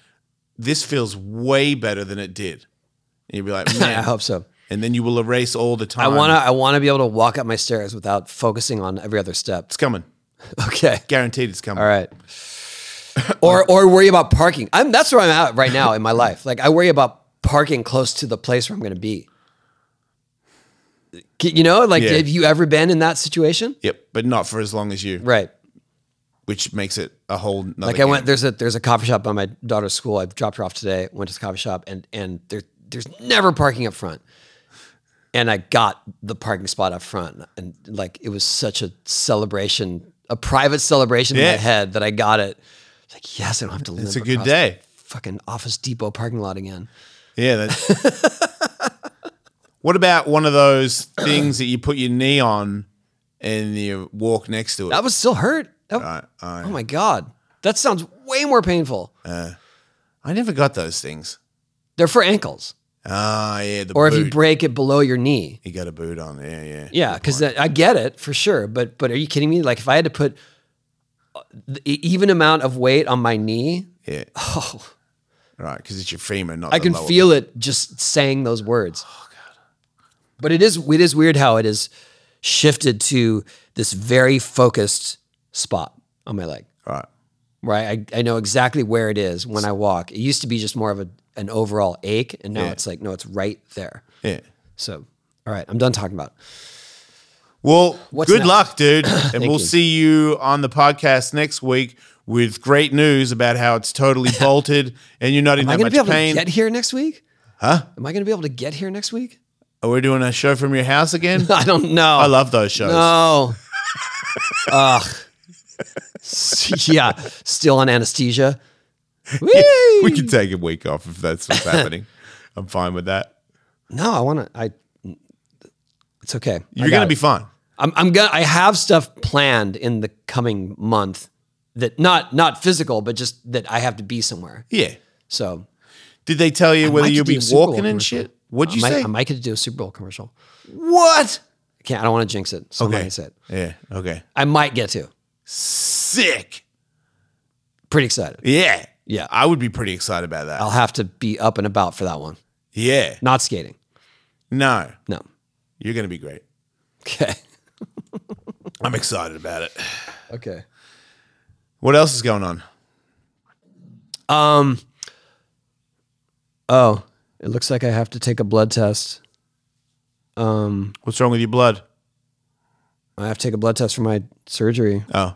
[SPEAKER 2] This feels way better than it did. And you'll be like,
[SPEAKER 1] I
[SPEAKER 2] man.
[SPEAKER 1] hope so.
[SPEAKER 2] and then you will erase all the
[SPEAKER 1] I
[SPEAKER 2] time.
[SPEAKER 1] wanna I wanna be able to walk up my stairs without focusing on every other step.
[SPEAKER 2] It's coming.
[SPEAKER 1] Okay.
[SPEAKER 2] Guaranteed, it's coming.
[SPEAKER 1] All right. Or or worry about parking. I'm that's where I'm at right now in my life. Like I worry about parking close to the place where I'm gonna be. K- You know, like
[SPEAKER 2] Yeah.
[SPEAKER 1] have you ever been in that situation?
[SPEAKER 2] Yep, but not for as long as you,
[SPEAKER 1] Right.
[SPEAKER 2] which makes it a whole. Nother
[SPEAKER 1] Like I went
[SPEAKER 2] game.
[SPEAKER 1] there's a there's a coffee shop by my daughter's school. I dropped her off today. Went to the coffee shop and and there there's never parking up front. And I got the parking spot up front, and like it was such a celebration, a private celebration in
[SPEAKER 2] Yeah.
[SPEAKER 1] my head that I got it. It's like yes, I don't have to.
[SPEAKER 2] It's
[SPEAKER 1] limp
[SPEAKER 2] a good
[SPEAKER 1] across the
[SPEAKER 2] day.
[SPEAKER 1] Fucking Office Depot parking lot again.
[SPEAKER 2] Yeah. That, what about one of those things that you put your knee on and you walk next to it?
[SPEAKER 1] That was still hurt. That-
[SPEAKER 2] I, I,
[SPEAKER 1] Oh my god, that sounds way more painful.
[SPEAKER 2] I never got those things.
[SPEAKER 1] They're for ankles,
[SPEAKER 2] Ah, yeah. The
[SPEAKER 1] or
[SPEAKER 2] boot.
[SPEAKER 1] if you break it below your knee.
[SPEAKER 2] You got a boot on. Yeah, yeah.
[SPEAKER 1] Yeah, because I get it for sure. But but are you kidding me? Like if I had to put uh, the e- even amount of weight on my knee,
[SPEAKER 2] Yeah.
[SPEAKER 1] oh,
[SPEAKER 2] Right. Because it's your femur, not
[SPEAKER 1] I
[SPEAKER 2] the
[SPEAKER 1] can
[SPEAKER 2] lower-
[SPEAKER 1] feel it just saying those words. But it is it is weird how it is shifted to this very focused spot on my leg.
[SPEAKER 2] Right.
[SPEAKER 1] Right, I, I know exactly where it is when I walk. It used to be just more of a, an overall ache, and now
[SPEAKER 2] Yeah.
[SPEAKER 1] it's like no, it's right there.
[SPEAKER 2] Yeah.
[SPEAKER 1] So, all right, I'm done talking about. It.
[SPEAKER 2] Well,
[SPEAKER 1] What's
[SPEAKER 2] good
[SPEAKER 1] next?
[SPEAKER 2] luck, dude. And we'll
[SPEAKER 1] you.
[SPEAKER 2] see you on the podcast next week with great news about how it's totally bolted and you're not in
[SPEAKER 1] Am I
[SPEAKER 2] that
[SPEAKER 1] going to
[SPEAKER 2] much
[SPEAKER 1] be able
[SPEAKER 2] pain.
[SPEAKER 1] to get here next week? Huh? Am I going to be able to get here next week?
[SPEAKER 2] Are we doing a show from your house again?
[SPEAKER 1] I don't know.
[SPEAKER 2] I love those shows.
[SPEAKER 1] No. Ugh. S- yeah, still on anesthesia. Whee!
[SPEAKER 2] we can take a week off if that's what's happening. I'm fine with that.
[SPEAKER 1] no, I want to. I. It's okay.
[SPEAKER 2] You're going to be fine.
[SPEAKER 1] I'm. I'm gonna. I have stuff planned in the coming month. That not not physical, but just that I have to be somewhere.
[SPEAKER 2] Yeah.
[SPEAKER 1] So
[SPEAKER 2] Did they tell you whether
[SPEAKER 1] might
[SPEAKER 2] you'll
[SPEAKER 1] do
[SPEAKER 2] be
[SPEAKER 1] a Super Bowl
[SPEAKER 2] walking and
[SPEAKER 1] commercial.
[SPEAKER 2] shit? What'd
[SPEAKER 1] I
[SPEAKER 2] you
[SPEAKER 1] might,
[SPEAKER 2] say?
[SPEAKER 1] I might get to do a Super Bowl commercial.
[SPEAKER 2] what?
[SPEAKER 1] I can't. I don't want to jinx it. So okay. I'm not gonna say it.
[SPEAKER 2] Yeah. Okay.
[SPEAKER 1] I might get to.
[SPEAKER 2] Sick.
[SPEAKER 1] Pretty excited.
[SPEAKER 2] Yeah.
[SPEAKER 1] Yeah.
[SPEAKER 2] I would be pretty excited about that.
[SPEAKER 1] I'll have to be up and about for that one.
[SPEAKER 2] Yeah.
[SPEAKER 1] Not skating.
[SPEAKER 2] No.
[SPEAKER 1] No.
[SPEAKER 2] You're going to be great.
[SPEAKER 1] Okay.
[SPEAKER 2] I'm excited about it.
[SPEAKER 1] Okay.
[SPEAKER 2] What else is going on?
[SPEAKER 1] Um. Oh, it looks like I have to take a blood test. Um,
[SPEAKER 2] What's wrong with your blood?
[SPEAKER 1] I have to take a blood test for my surgery.
[SPEAKER 2] Oh,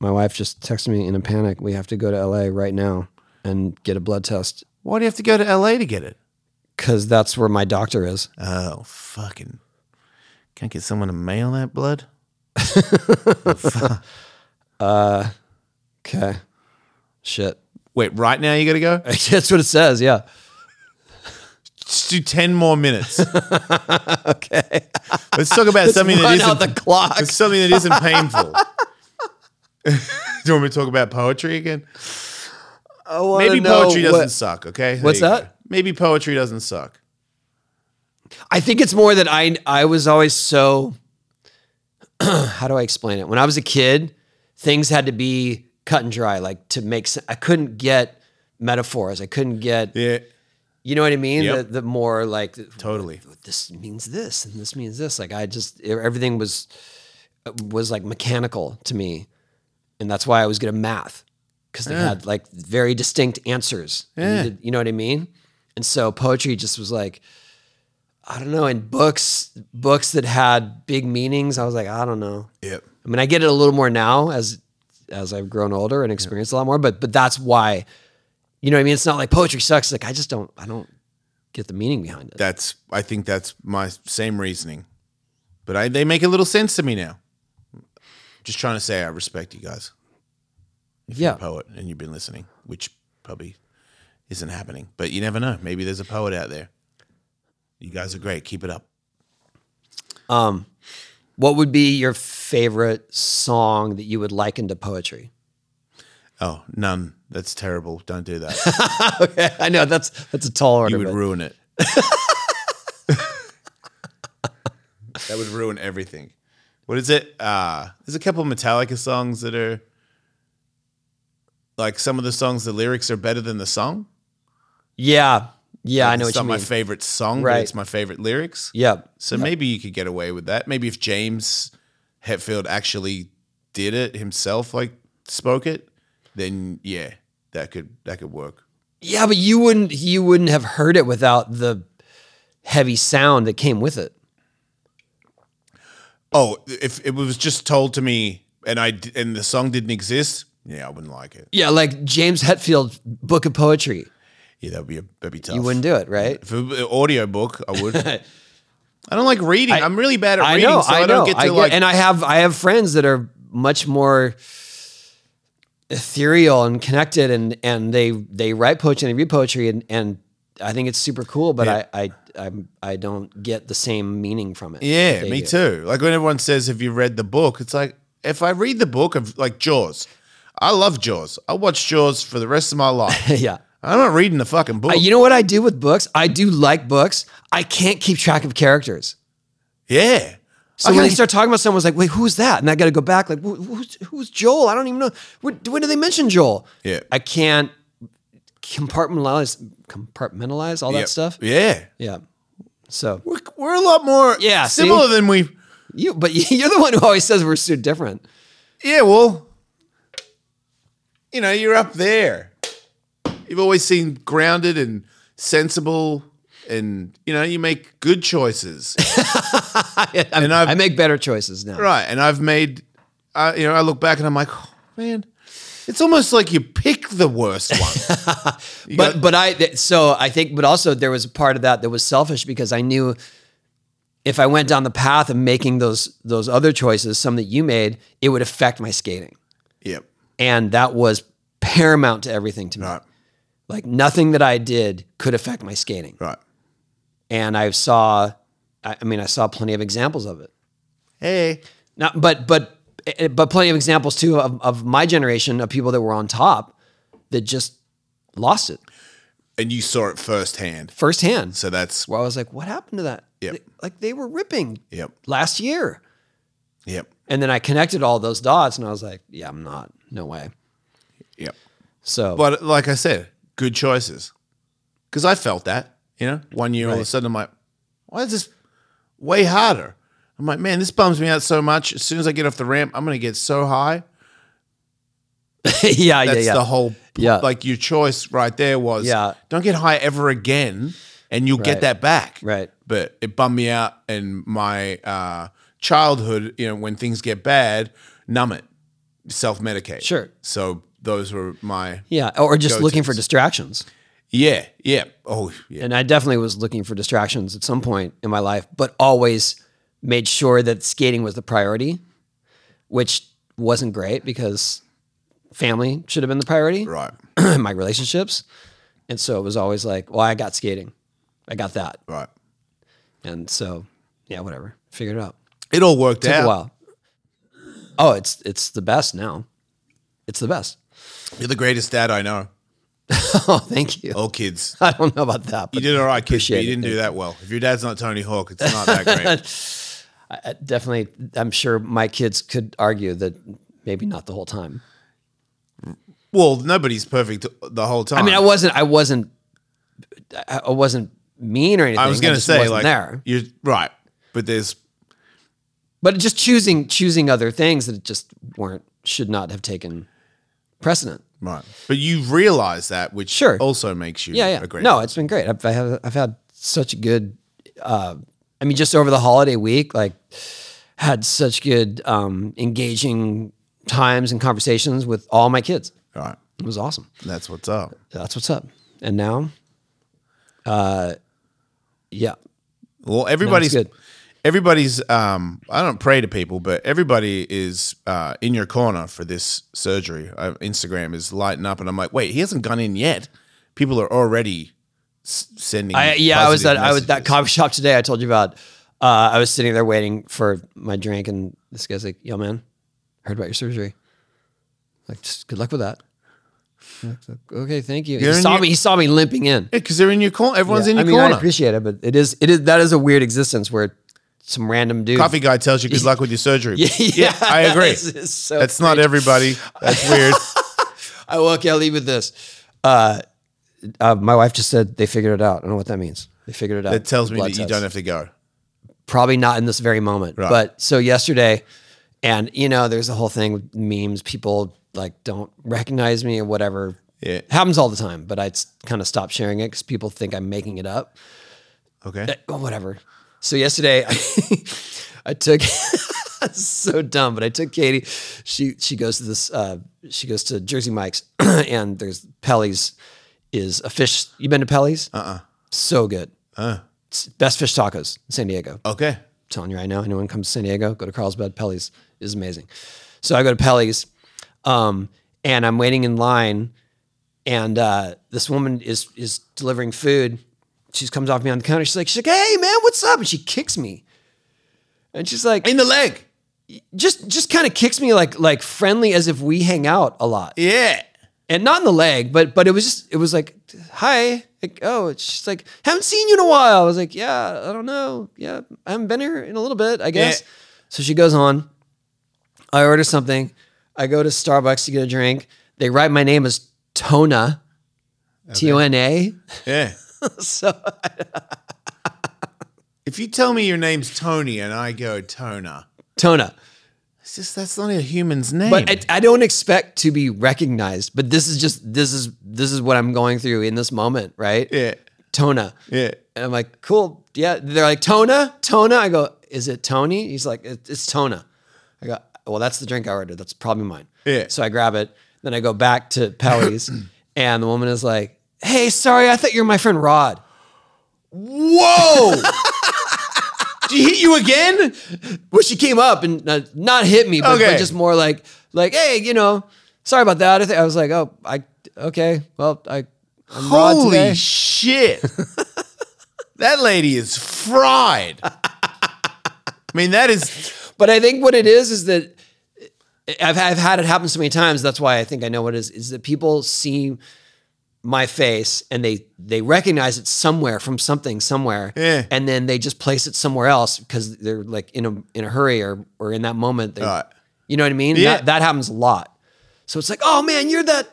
[SPEAKER 1] My wife just texted me in a panic. We have to go to LA right now and get a blood test
[SPEAKER 2] why do you have to go to LA to get it?
[SPEAKER 1] because that's where my doctor is.
[SPEAKER 2] Oh, fucking. Can't get someone to mail that blood?
[SPEAKER 1] Okay. Shit.
[SPEAKER 2] Wait, right now you got to go?
[SPEAKER 1] that's what it says. Yeah.
[SPEAKER 2] Just do 10 more minutes.
[SPEAKER 1] Okay.
[SPEAKER 2] Let's talk about something that
[SPEAKER 1] Run out
[SPEAKER 2] isn't
[SPEAKER 1] the clock.
[SPEAKER 2] It's something that isn't painful. Do you want me to talk about poetry again?
[SPEAKER 1] I wanna
[SPEAKER 2] Maybe
[SPEAKER 1] know
[SPEAKER 2] poetry doesn't
[SPEAKER 1] what-
[SPEAKER 2] suck, okay? There
[SPEAKER 1] What's
[SPEAKER 2] you go.
[SPEAKER 1] that?
[SPEAKER 2] Maybe poetry doesn't suck.
[SPEAKER 1] I think it's more that I I was always so how do I explain it? When I was a kid, things had to be cut and dry like to make sense. I couldn't get metaphors. I couldn't get
[SPEAKER 2] Yeah,
[SPEAKER 1] you know what I mean?
[SPEAKER 2] Yep.
[SPEAKER 1] The, the more like
[SPEAKER 2] totally.
[SPEAKER 1] this means this and this means this. Like I just e, everything was was like mechanical to me, and that's why I was good at math because they had like very distinct answers. You
[SPEAKER 2] Yeah.
[SPEAKER 1] needed- you know what I mean? And so poetry just was like I don't know. And books books that had big meanings, I was like I don't know.
[SPEAKER 2] Yep.
[SPEAKER 1] I mean, I get it a little more now as as I've grown older and experienced a lot more, but but that's why, you know what I mean? It's not like poetry sucks. Like I just don't I don't get the meaning behind it.
[SPEAKER 2] That's I think that's my same reasoning. But I, they make a little sense to me now. Just trying to say I respect you guys. If you're
[SPEAKER 1] Yeah.
[SPEAKER 2] a poet and you've been listening, which probably isn't happening. But you never know. Maybe there's a poet out there. You guys are great. Keep it up.
[SPEAKER 1] Um, what would be your favorite song that you would liken to poetry?
[SPEAKER 2] Oh, none. That's terrible. Don't do that.
[SPEAKER 1] okay, I know that's that's a tall order.
[SPEAKER 2] You would
[SPEAKER 1] but-
[SPEAKER 2] ruin it. that would ruin everything. What is it? Uh, there's a couple Metallica songs that are like some of the songs, the lyrics are better than the song.
[SPEAKER 1] yeah, yeah, I know what
[SPEAKER 2] it's
[SPEAKER 1] you
[SPEAKER 2] not
[SPEAKER 1] mean.
[SPEAKER 2] my favorite song,
[SPEAKER 1] Right.
[SPEAKER 2] but it's my favorite lyrics.
[SPEAKER 1] yeah,
[SPEAKER 2] So maybe you could get away with that. Maybe if James Hetfield actually did it himself, like spoke it, then yeah, that could that could work.
[SPEAKER 1] yeah, but you wouldn't you wouldn't have heard it without the heavy sound that came with it.
[SPEAKER 2] Oh, if it was just told to me and I d- and the song didn't exist, yeah, I wouldn't like it.
[SPEAKER 1] Yeah, like James Hetfield book of poetry.
[SPEAKER 2] Yeah, that'd be a, that'd be tough.
[SPEAKER 1] You wouldn't do it, right?
[SPEAKER 2] If it was an audio book, I would. I don't like reading. I, am really bad at
[SPEAKER 1] I
[SPEAKER 2] reading,
[SPEAKER 1] know,
[SPEAKER 2] so I,
[SPEAKER 1] I know.
[SPEAKER 2] don't get to like.
[SPEAKER 1] and I have I have friends that are much more ethereal and connected, and and they they write poetry and they read poetry, and and I think it's super cool, but I I I'm, I don't get the same meaning from it.
[SPEAKER 2] yeah,
[SPEAKER 1] that they
[SPEAKER 2] me
[SPEAKER 1] do.
[SPEAKER 2] too. Like when everyone says, "Have you read the book?" It's like if I read the book of like Jaws, I love Jaws. I watch Jaws for the rest of my life.
[SPEAKER 1] yeah.
[SPEAKER 2] I'm not reading the fucking book.
[SPEAKER 1] Uh, You know what I do with books? I do like books. I can't keep track of characters.
[SPEAKER 2] yeah.
[SPEAKER 1] So when they start talking about someone, it's like, wait, who's that? And I got to go back, like, who- who's, who's Joel? I don't even know. When, when do they mention Joel?
[SPEAKER 2] Yeah.
[SPEAKER 1] I can't compartmentalize, compartmentalize all that
[SPEAKER 2] Yep.
[SPEAKER 1] stuff.
[SPEAKER 2] Yeah,
[SPEAKER 1] Yeah. So
[SPEAKER 2] we're, we're a lot more
[SPEAKER 1] Yeah, see?
[SPEAKER 2] similar than we.
[SPEAKER 1] you, but you're the one who always says we're so different.
[SPEAKER 2] Yeah, well, you know, you're up there. You've always seemed grounded and sensible, and you know, you make good choices,
[SPEAKER 1] I,
[SPEAKER 2] And I've-
[SPEAKER 1] I make better choices now.
[SPEAKER 2] right? And I've made, I you know, I look back and I'm like, oh, man, it's almost like you pick the worst one. You
[SPEAKER 1] But
[SPEAKER 2] got-
[SPEAKER 1] but I th- so I think but also there was a part of that that was selfish because I knew if I went down the path of making those those other choices, some that you made, it would affect my skating.
[SPEAKER 2] yep,
[SPEAKER 1] and that was paramount to everything to me.
[SPEAKER 2] Right.
[SPEAKER 1] Like nothing that I did could affect my skating,
[SPEAKER 2] right.
[SPEAKER 1] and I saw, I I mean, I saw plenty of examples of it.
[SPEAKER 2] Hey,
[SPEAKER 1] Not, but but eh, but plenty of examples too of, of my generation of people that were on top that just lost it
[SPEAKER 2] and you saw it firsthand,
[SPEAKER 1] firsthand.
[SPEAKER 2] so that's
[SPEAKER 1] Where I was like, what happened to that?
[SPEAKER 2] Yep.
[SPEAKER 1] They- Like they were ripping
[SPEAKER 2] yep,
[SPEAKER 1] last year,
[SPEAKER 2] yep,
[SPEAKER 1] and then I connected all those dots, and I was like, yeah, I'm not, no way.
[SPEAKER 2] yep.
[SPEAKER 1] So
[SPEAKER 2] But like I said, good choices. Because I felt that, you know, one year all of a
[SPEAKER 1] Right.
[SPEAKER 2] sudden I'm like, why is this way harder? I'm like, man, this bums me out so much. As soon as I get off the ramp, I'm going to get so high.
[SPEAKER 1] yeah, yeah,
[SPEAKER 2] That's
[SPEAKER 1] yeah.
[SPEAKER 2] the whole
[SPEAKER 1] Yeah.
[SPEAKER 2] like your choice right there was
[SPEAKER 1] Yeah.
[SPEAKER 2] don't get high ever again and you'll
[SPEAKER 1] Right.
[SPEAKER 2] get that back.
[SPEAKER 1] Right.
[SPEAKER 2] But it bummed me out and my uh, childhood, you know, when things get bad, numb it. Self medicate.
[SPEAKER 1] Sure.
[SPEAKER 2] So those were my
[SPEAKER 1] yeah, or just looking for distractions.
[SPEAKER 2] Yeah, yeah. Oh yeah.
[SPEAKER 1] And I definitely was looking for distractions at some point in my life, but always made sure that skating was the priority, which wasn't great because family should have been the priority,
[SPEAKER 2] Right.
[SPEAKER 1] my relationships. And so it was always like, well, I got skating. I got that.
[SPEAKER 2] Right.
[SPEAKER 1] And so, yeah, whatever. Figured it out.
[SPEAKER 2] It all worked
[SPEAKER 1] Took
[SPEAKER 2] out.
[SPEAKER 1] a while. Oh, it's it's the best now. It's the best.
[SPEAKER 2] You're the greatest dad I know.
[SPEAKER 1] Oh, thank you.
[SPEAKER 2] All kids.
[SPEAKER 1] I don't know about that,
[SPEAKER 2] You
[SPEAKER 1] but
[SPEAKER 2] did all right, kids, but
[SPEAKER 1] Appreciate
[SPEAKER 2] you
[SPEAKER 1] it.
[SPEAKER 2] didn't do that well. If your dad's not Tony Hawk, it's not that great.
[SPEAKER 1] I definitely, I'm sure my kids could argue that maybe not the whole time.
[SPEAKER 2] well, nobody's perfect the whole time.
[SPEAKER 1] I mean, I wasn't, I wasn't, I I wasn't mean or anything.
[SPEAKER 2] I was going to
[SPEAKER 1] just
[SPEAKER 2] say,
[SPEAKER 1] wasn't
[SPEAKER 2] like,
[SPEAKER 1] there,
[SPEAKER 2] you're right, but there's
[SPEAKER 1] but just choosing choosing other things that just weren't should not have taken precedent.
[SPEAKER 2] right, but you realize that, which
[SPEAKER 1] Sure.
[SPEAKER 2] also makes you
[SPEAKER 1] Yeah, yeah.
[SPEAKER 2] a great
[SPEAKER 1] no, it's been great. I've, I have, I've had such a good. Uh, I mean, just over the holiday week, like had such good, um, engaging times and conversations with all my kids.
[SPEAKER 2] All right,
[SPEAKER 1] It was awesome.
[SPEAKER 2] that's what's up.
[SPEAKER 1] That's what's up. And now, uh, yeah,
[SPEAKER 2] Well, everybody's
[SPEAKER 1] good.
[SPEAKER 2] everybody's. Um, I don't pray to people, but everybody is uh, in your corner for this surgery. Uh, Instagram is lighting up, and I'm like, wait, he hasn't gone in yet. People are already s- sending.
[SPEAKER 1] I, yeah, I was at
[SPEAKER 2] positive
[SPEAKER 1] I was at that
[SPEAKER 2] messages.
[SPEAKER 1] coffee shop today. I told you about. Uh, I was sitting there waiting for my drink, and this guy's like, "Yo, man, heard about your surgery. Like, just good luck with that." I'm like, Okay, thank you.
[SPEAKER 2] You're
[SPEAKER 1] he
[SPEAKER 2] in
[SPEAKER 1] saw
[SPEAKER 2] your-
[SPEAKER 1] me. He saw me limping in.
[SPEAKER 2] Yeah, because they're in your corner. Everyone's in
[SPEAKER 1] I
[SPEAKER 2] your
[SPEAKER 1] mean, I
[SPEAKER 2] corner.
[SPEAKER 1] appreciate it, but it is it is that is a weird existence where some random dude.
[SPEAKER 2] Coffee guy tells you good luck with your surgery. I agree.
[SPEAKER 1] It's- it's so
[SPEAKER 2] That's not everybody. That's weird.
[SPEAKER 1] I will. Okay, I'll leave with this. Uh, uh, my wife just said they figured it out. I don't know what that means. They figured it out.
[SPEAKER 2] That tells me
[SPEAKER 1] Blood
[SPEAKER 2] that you
[SPEAKER 1] test.
[SPEAKER 2] don't have to go.
[SPEAKER 1] Probably not in this very moment.
[SPEAKER 2] Right.
[SPEAKER 1] But so yesterday, and you know, there's the whole thing with memes. People like don't recognize me or whatever.
[SPEAKER 2] Yeah.
[SPEAKER 1] happens all the time. But I kind of stopped sharing it because people think I'm making it up.
[SPEAKER 2] Okay.
[SPEAKER 1] Oh, whatever. So yesterday, I took. so dumb, but I took Katie. She she goes to this. Uh, she goes to Jersey Mike's, and there's Pelly's. Is a fish? You been to Pelly's? Uh
[SPEAKER 2] Uh-uh.
[SPEAKER 1] uh So good. Uh. Best fish tacos in San Diego
[SPEAKER 2] Okay.
[SPEAKER 1] telling you right now, anyone comes to San Diego, go to Carlsbad. Pelly's is amazing. So I go to Pelly's, um, and I'm waiting in line, and uh, this woman is is delivering food. She comes off me on the counter. She's like, she's like, hey man, what's up? And she kicks me, and she's like,
[SPEAKER 2] In the leg.
[SPEAKER 1] just just kind of kicks me like like friendly as if we hang out a lot
[SPEAKER 2] Yeah.
[SPEAKER 1] and not in the leg, but but it was just it was like hi, like oh, she's like haven't seen you in a while. I was like yeah, I don't know, yeah, I haven't been here in a little bit, I guess.
[SPEAKER 2] Yeah.
[SPEAKER 1] So she goes on. I order something. I go to Starbucks to get a drink. They write my name as Tona, T O N A.
[SPEAKER 2] Yeah.
[SPEAKER 1] So
[SPEAKER 2] If you tell me your name's Tony and I go Tona,
[SPEAKER 1] Tona,
[SPEAKER 2] it's just that's not a human's name.
[SPEAKER 1] but I, I don't expect to be recognized. But this is just this is this is what I'm going through in this moment, right?
[SPEAKER 2] yeah.
[SPEAKER 1] Tona.
[SPEAKER 2] Yeah.
[SPEAKER 1] And I'm like, cool. Yeah. They're like, Tona, Tona. I go, is it Tony? He's like, "It- it's Tona. I go, well, that's the drink I ordered. That's probably mine.
[SPEAKER 2] Yeah.
[SPEAKER 1] So I grab it. Then I go back to Pelly's and the woman is like, hey, sorry. I thought you were my friend Rod.
[SPEAKER 2] Whoa. Did he hit you again?
[SPEAKER 1] Well, she came up and uh, not hit me, but, but
[SPEAKER 2] Okay.
[SPEAKER 1] just more like, like, hey, you know, sorry about that. I, th- I was like, oh, I, okay. Well, I, I'm Rod today."
[SPEAKER 2] Holy shit. that lady is fried. I mean, that is
[SPEAKER 1] But I think what it is is that I've, I've had it happen so many times. That's why I think I know what it is. Is that people see my face and they they recognize it somewhere from something somewhere,
[SPEAKER 2] Yeah.
[SPEAKER 1] and then they just place it somewhere else because they're like in a in a hurry or or in that moment. They,
[SPEAKER 2] Right.
[SPEAKER 1] You know what I mean?
[SPEAKER 2] Yeah.
[SPEAKER 1] That, that happens a lot. So it's like, oh man, you're that.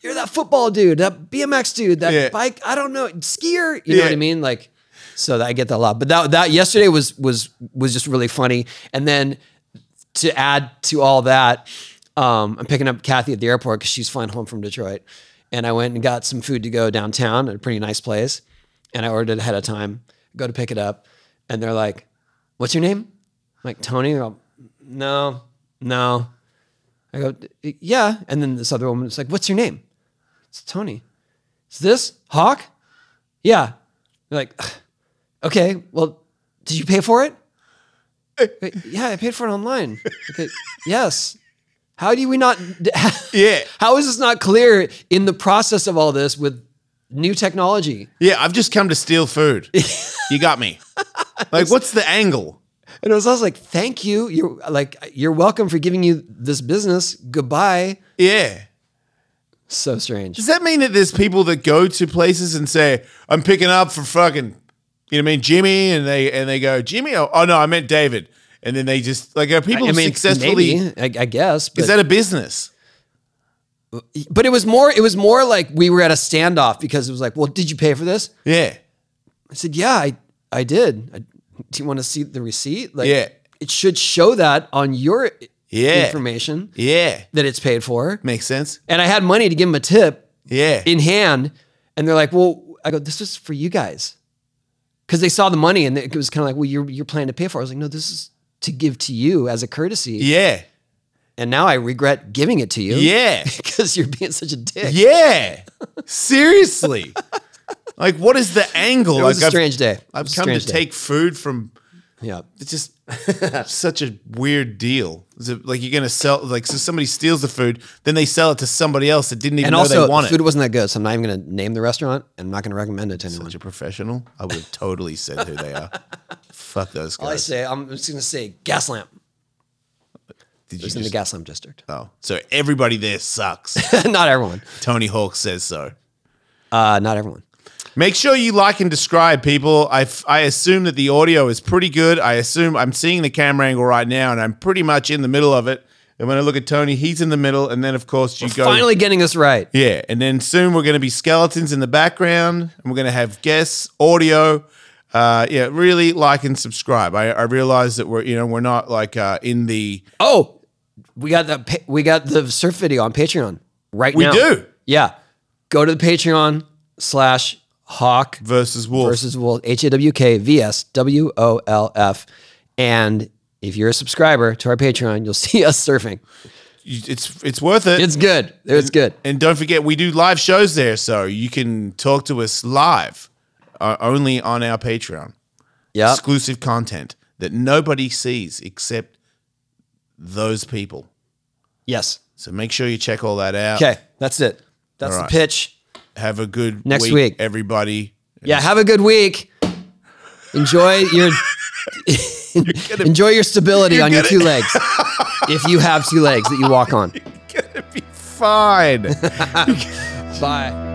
[SPEAKER 1] You're that football dude, that BMX dude, that
[SPEAKER 2] Yeah.
[SPEAKER 1] bike, I don't know, skier. You know
[SPEAKER 2] Yeah.
[SPEAKER 1] what I mean? Like, so that, I get that a lot. But that that yesterday was was was just really funny. And then to add to all that, Um, I'm picking up Kathy at the airport because she's flying home from Detroit, and I went and got some food to go downtown at a pretty nice place, and I ordered it ahead of time. Go to pick it up, and they're like, "What's your name?" I'm like Tony. They're all, no, no. I go, yeah. And then this other woman was like, "What's your name?" It's Tony. Is this Hawk? Yeah. You're like, "Ugh, okay. Well, did you pay for it? Wait, yeah, I paid for it online. Okay. Yes. How do we not?
[SPEAKER 2] Yeah.
[SPEAKER 1] How is this not clear in the process of all this with new technology?
[SPEAKER 2] Yeah, I've just come to steal food. you got me. Like, what's the angle?
[SPEAKER 1] And it was also like, thank you. You're like, you're welcome for giving you this business. Goodbye.
[SPEAKER 2] Yeah.
[SPEAKER 1] So strange.
[SPEAKER 2] Does that mean that there's people that go to places and say, I'm picking up for fucking you know what I mean, Jimmy and they and they go, Jimmy oh, oh no, I meant David. And then they just like are people
[SPEAKER 1] I mean,
[SPEAKER 2] successfully
[SPEAKER 1] maybe, I, I guess, but,
[SPEAKER 2] is that a business?
[SPEAKER 1] but it was more, it was more like we were at a standoff because it was like, well, did you pay for this?
[SPEAKER 2] Yeah.
[SPEAKER 1] I said, yeah, I, I did. I, do you want to see the receipt? Like,
[SPEAKER 2] Yeah.
[SPEAKER 1] it should show that on your
[SPEAKER 2] Yeah.
[SPEAKER 1] information
[SPEAKER 2] Yeah.
[SPEAKER 1] that it's paid for.
[SPEAKER 2] Makes sense.
[SPEAKER 1] And I had money to give them a tip
[SPEAKER 2] Yeah.
[SPEAKER 1] in hand. And they're like, well, I go, this is for you guys. Cause they saw the money and it was kind of like, well, you're, you're planning to pay for it. I was like, no, this is to give to you as a courtesy.
[SPEAKER 2] yeah.
[SPEAKER 1] And now I regret giving it to you.
[SPEAKER 2] Yeah.
[SPEAKER 1] Because you're being such a dick.
[SPEAKER 2] Yeah. Seriously. like what is the angle?
[SPEAKER 1] It was
[SPEAKER 2] like
[SPEAKER 1] a
[SPEAKER 2] I've-
[SPEAKER 1] strange day. It
[SPEAKER 2] I've,
[SPEAKER 1] was a
[SPEAKER 2] come to
[SPEAKER 1] strange day.
[SPEAKER 2] take food from
[SPEAKER 1] Yeah.
[SPEAKER 2] it's just such a weird deal. Is it like you're gonna sell like so somebody steals the food, then they sell it to somebody else that didn't even
[SPEAKER 1] And
[SPEAKER 2] know
[SPEAKER 1] also,
[SPEAKER 2] they want
[SPEAKER 1] the food
[SPEAKER 2] it.
[SPEAKER 1] wasn't that good, so I'm not even going to name the restaurant, and I'm not going to recommend it to anyone.
[SPEAKER 2] Such a professional. I would have totally said who they are. Fuck those
[SPEAKER 1] I
[SPEAKER 2] guys.
[SPEAKER 1] say I'm just going to say gas lamp. It
[SPEAKER 2] Did you
[SPEAKER 1] was in the
[SPEAKER 2] just-
[SPEAKER 1] gas lamp district.
[SPEAKER 2] oh, so everybody there sucks.
[SPEAKER 1] not everyone.
[SPEAKER 2] Tony Hawk says so.
[SPEAKER 1] Uh, not everyone.
[SPEAKER 2] Make sure you like and describe, people. I, f- I assume that the audio is pretty good. I assume I'm seeing the camera angle right now, and I'm pretty much in the middle of it. And when I look at Tony, he's in the middle, and then of course you go.
[SPEAKER 1] Finally getting this right.
[SPEAKER 2] Yeah, and then soon we're going to be skeletons in the background, and we're going to have guests, audio. Uh, yeah, really like and subscribe. I, I realize that we're you know we're not like uh, in the
[SPEAKER 1] Oh, we got the pa- we got the surf video on Patreon right
[SPEAKER 2] we
[SPEAKER 1] now.
[SPEAKER 2] do
[SPEAKER 1] Yeah, go to the Patreon slash Hawk
[SPEAKER 2] versus wolf.
[SPEAKER 1] versus Wolf H A W K V S W O L F, and if you're a subscriber to our Patreon, you'll see us surfing.
[SPEAKER 2] You- It's it's worth it.
[SPEAKER 1] It's good. It's good.
[SPEAKER 2] and don't forget we do live shows there, so you can talk to us live, uh, only on our Patreon.
[SPEAKER 1] Yeah.
[SPEAKER 2] Exclusive content that nobody sees except those people.
[SPEAKER 1] Yes.
[SPEAKER 2] So make sure you check all that out.
[SPEAKER 1] Okay. That's it. That's
[SPEAKER 2] right.
[SPEAKER 1] the pitch.
[SPEAKER 2] Have a good
[SPEAKER 1] Next week.
[SPEAKER 2] everybody.
[SPEAKER 1] Yeah, have a good week. Enjoy your enjoy your stability on your two legs. if you have two legs that you walk on.
[SPEAKER 2] gonna be fine.
[SPEAKER 1] Bye.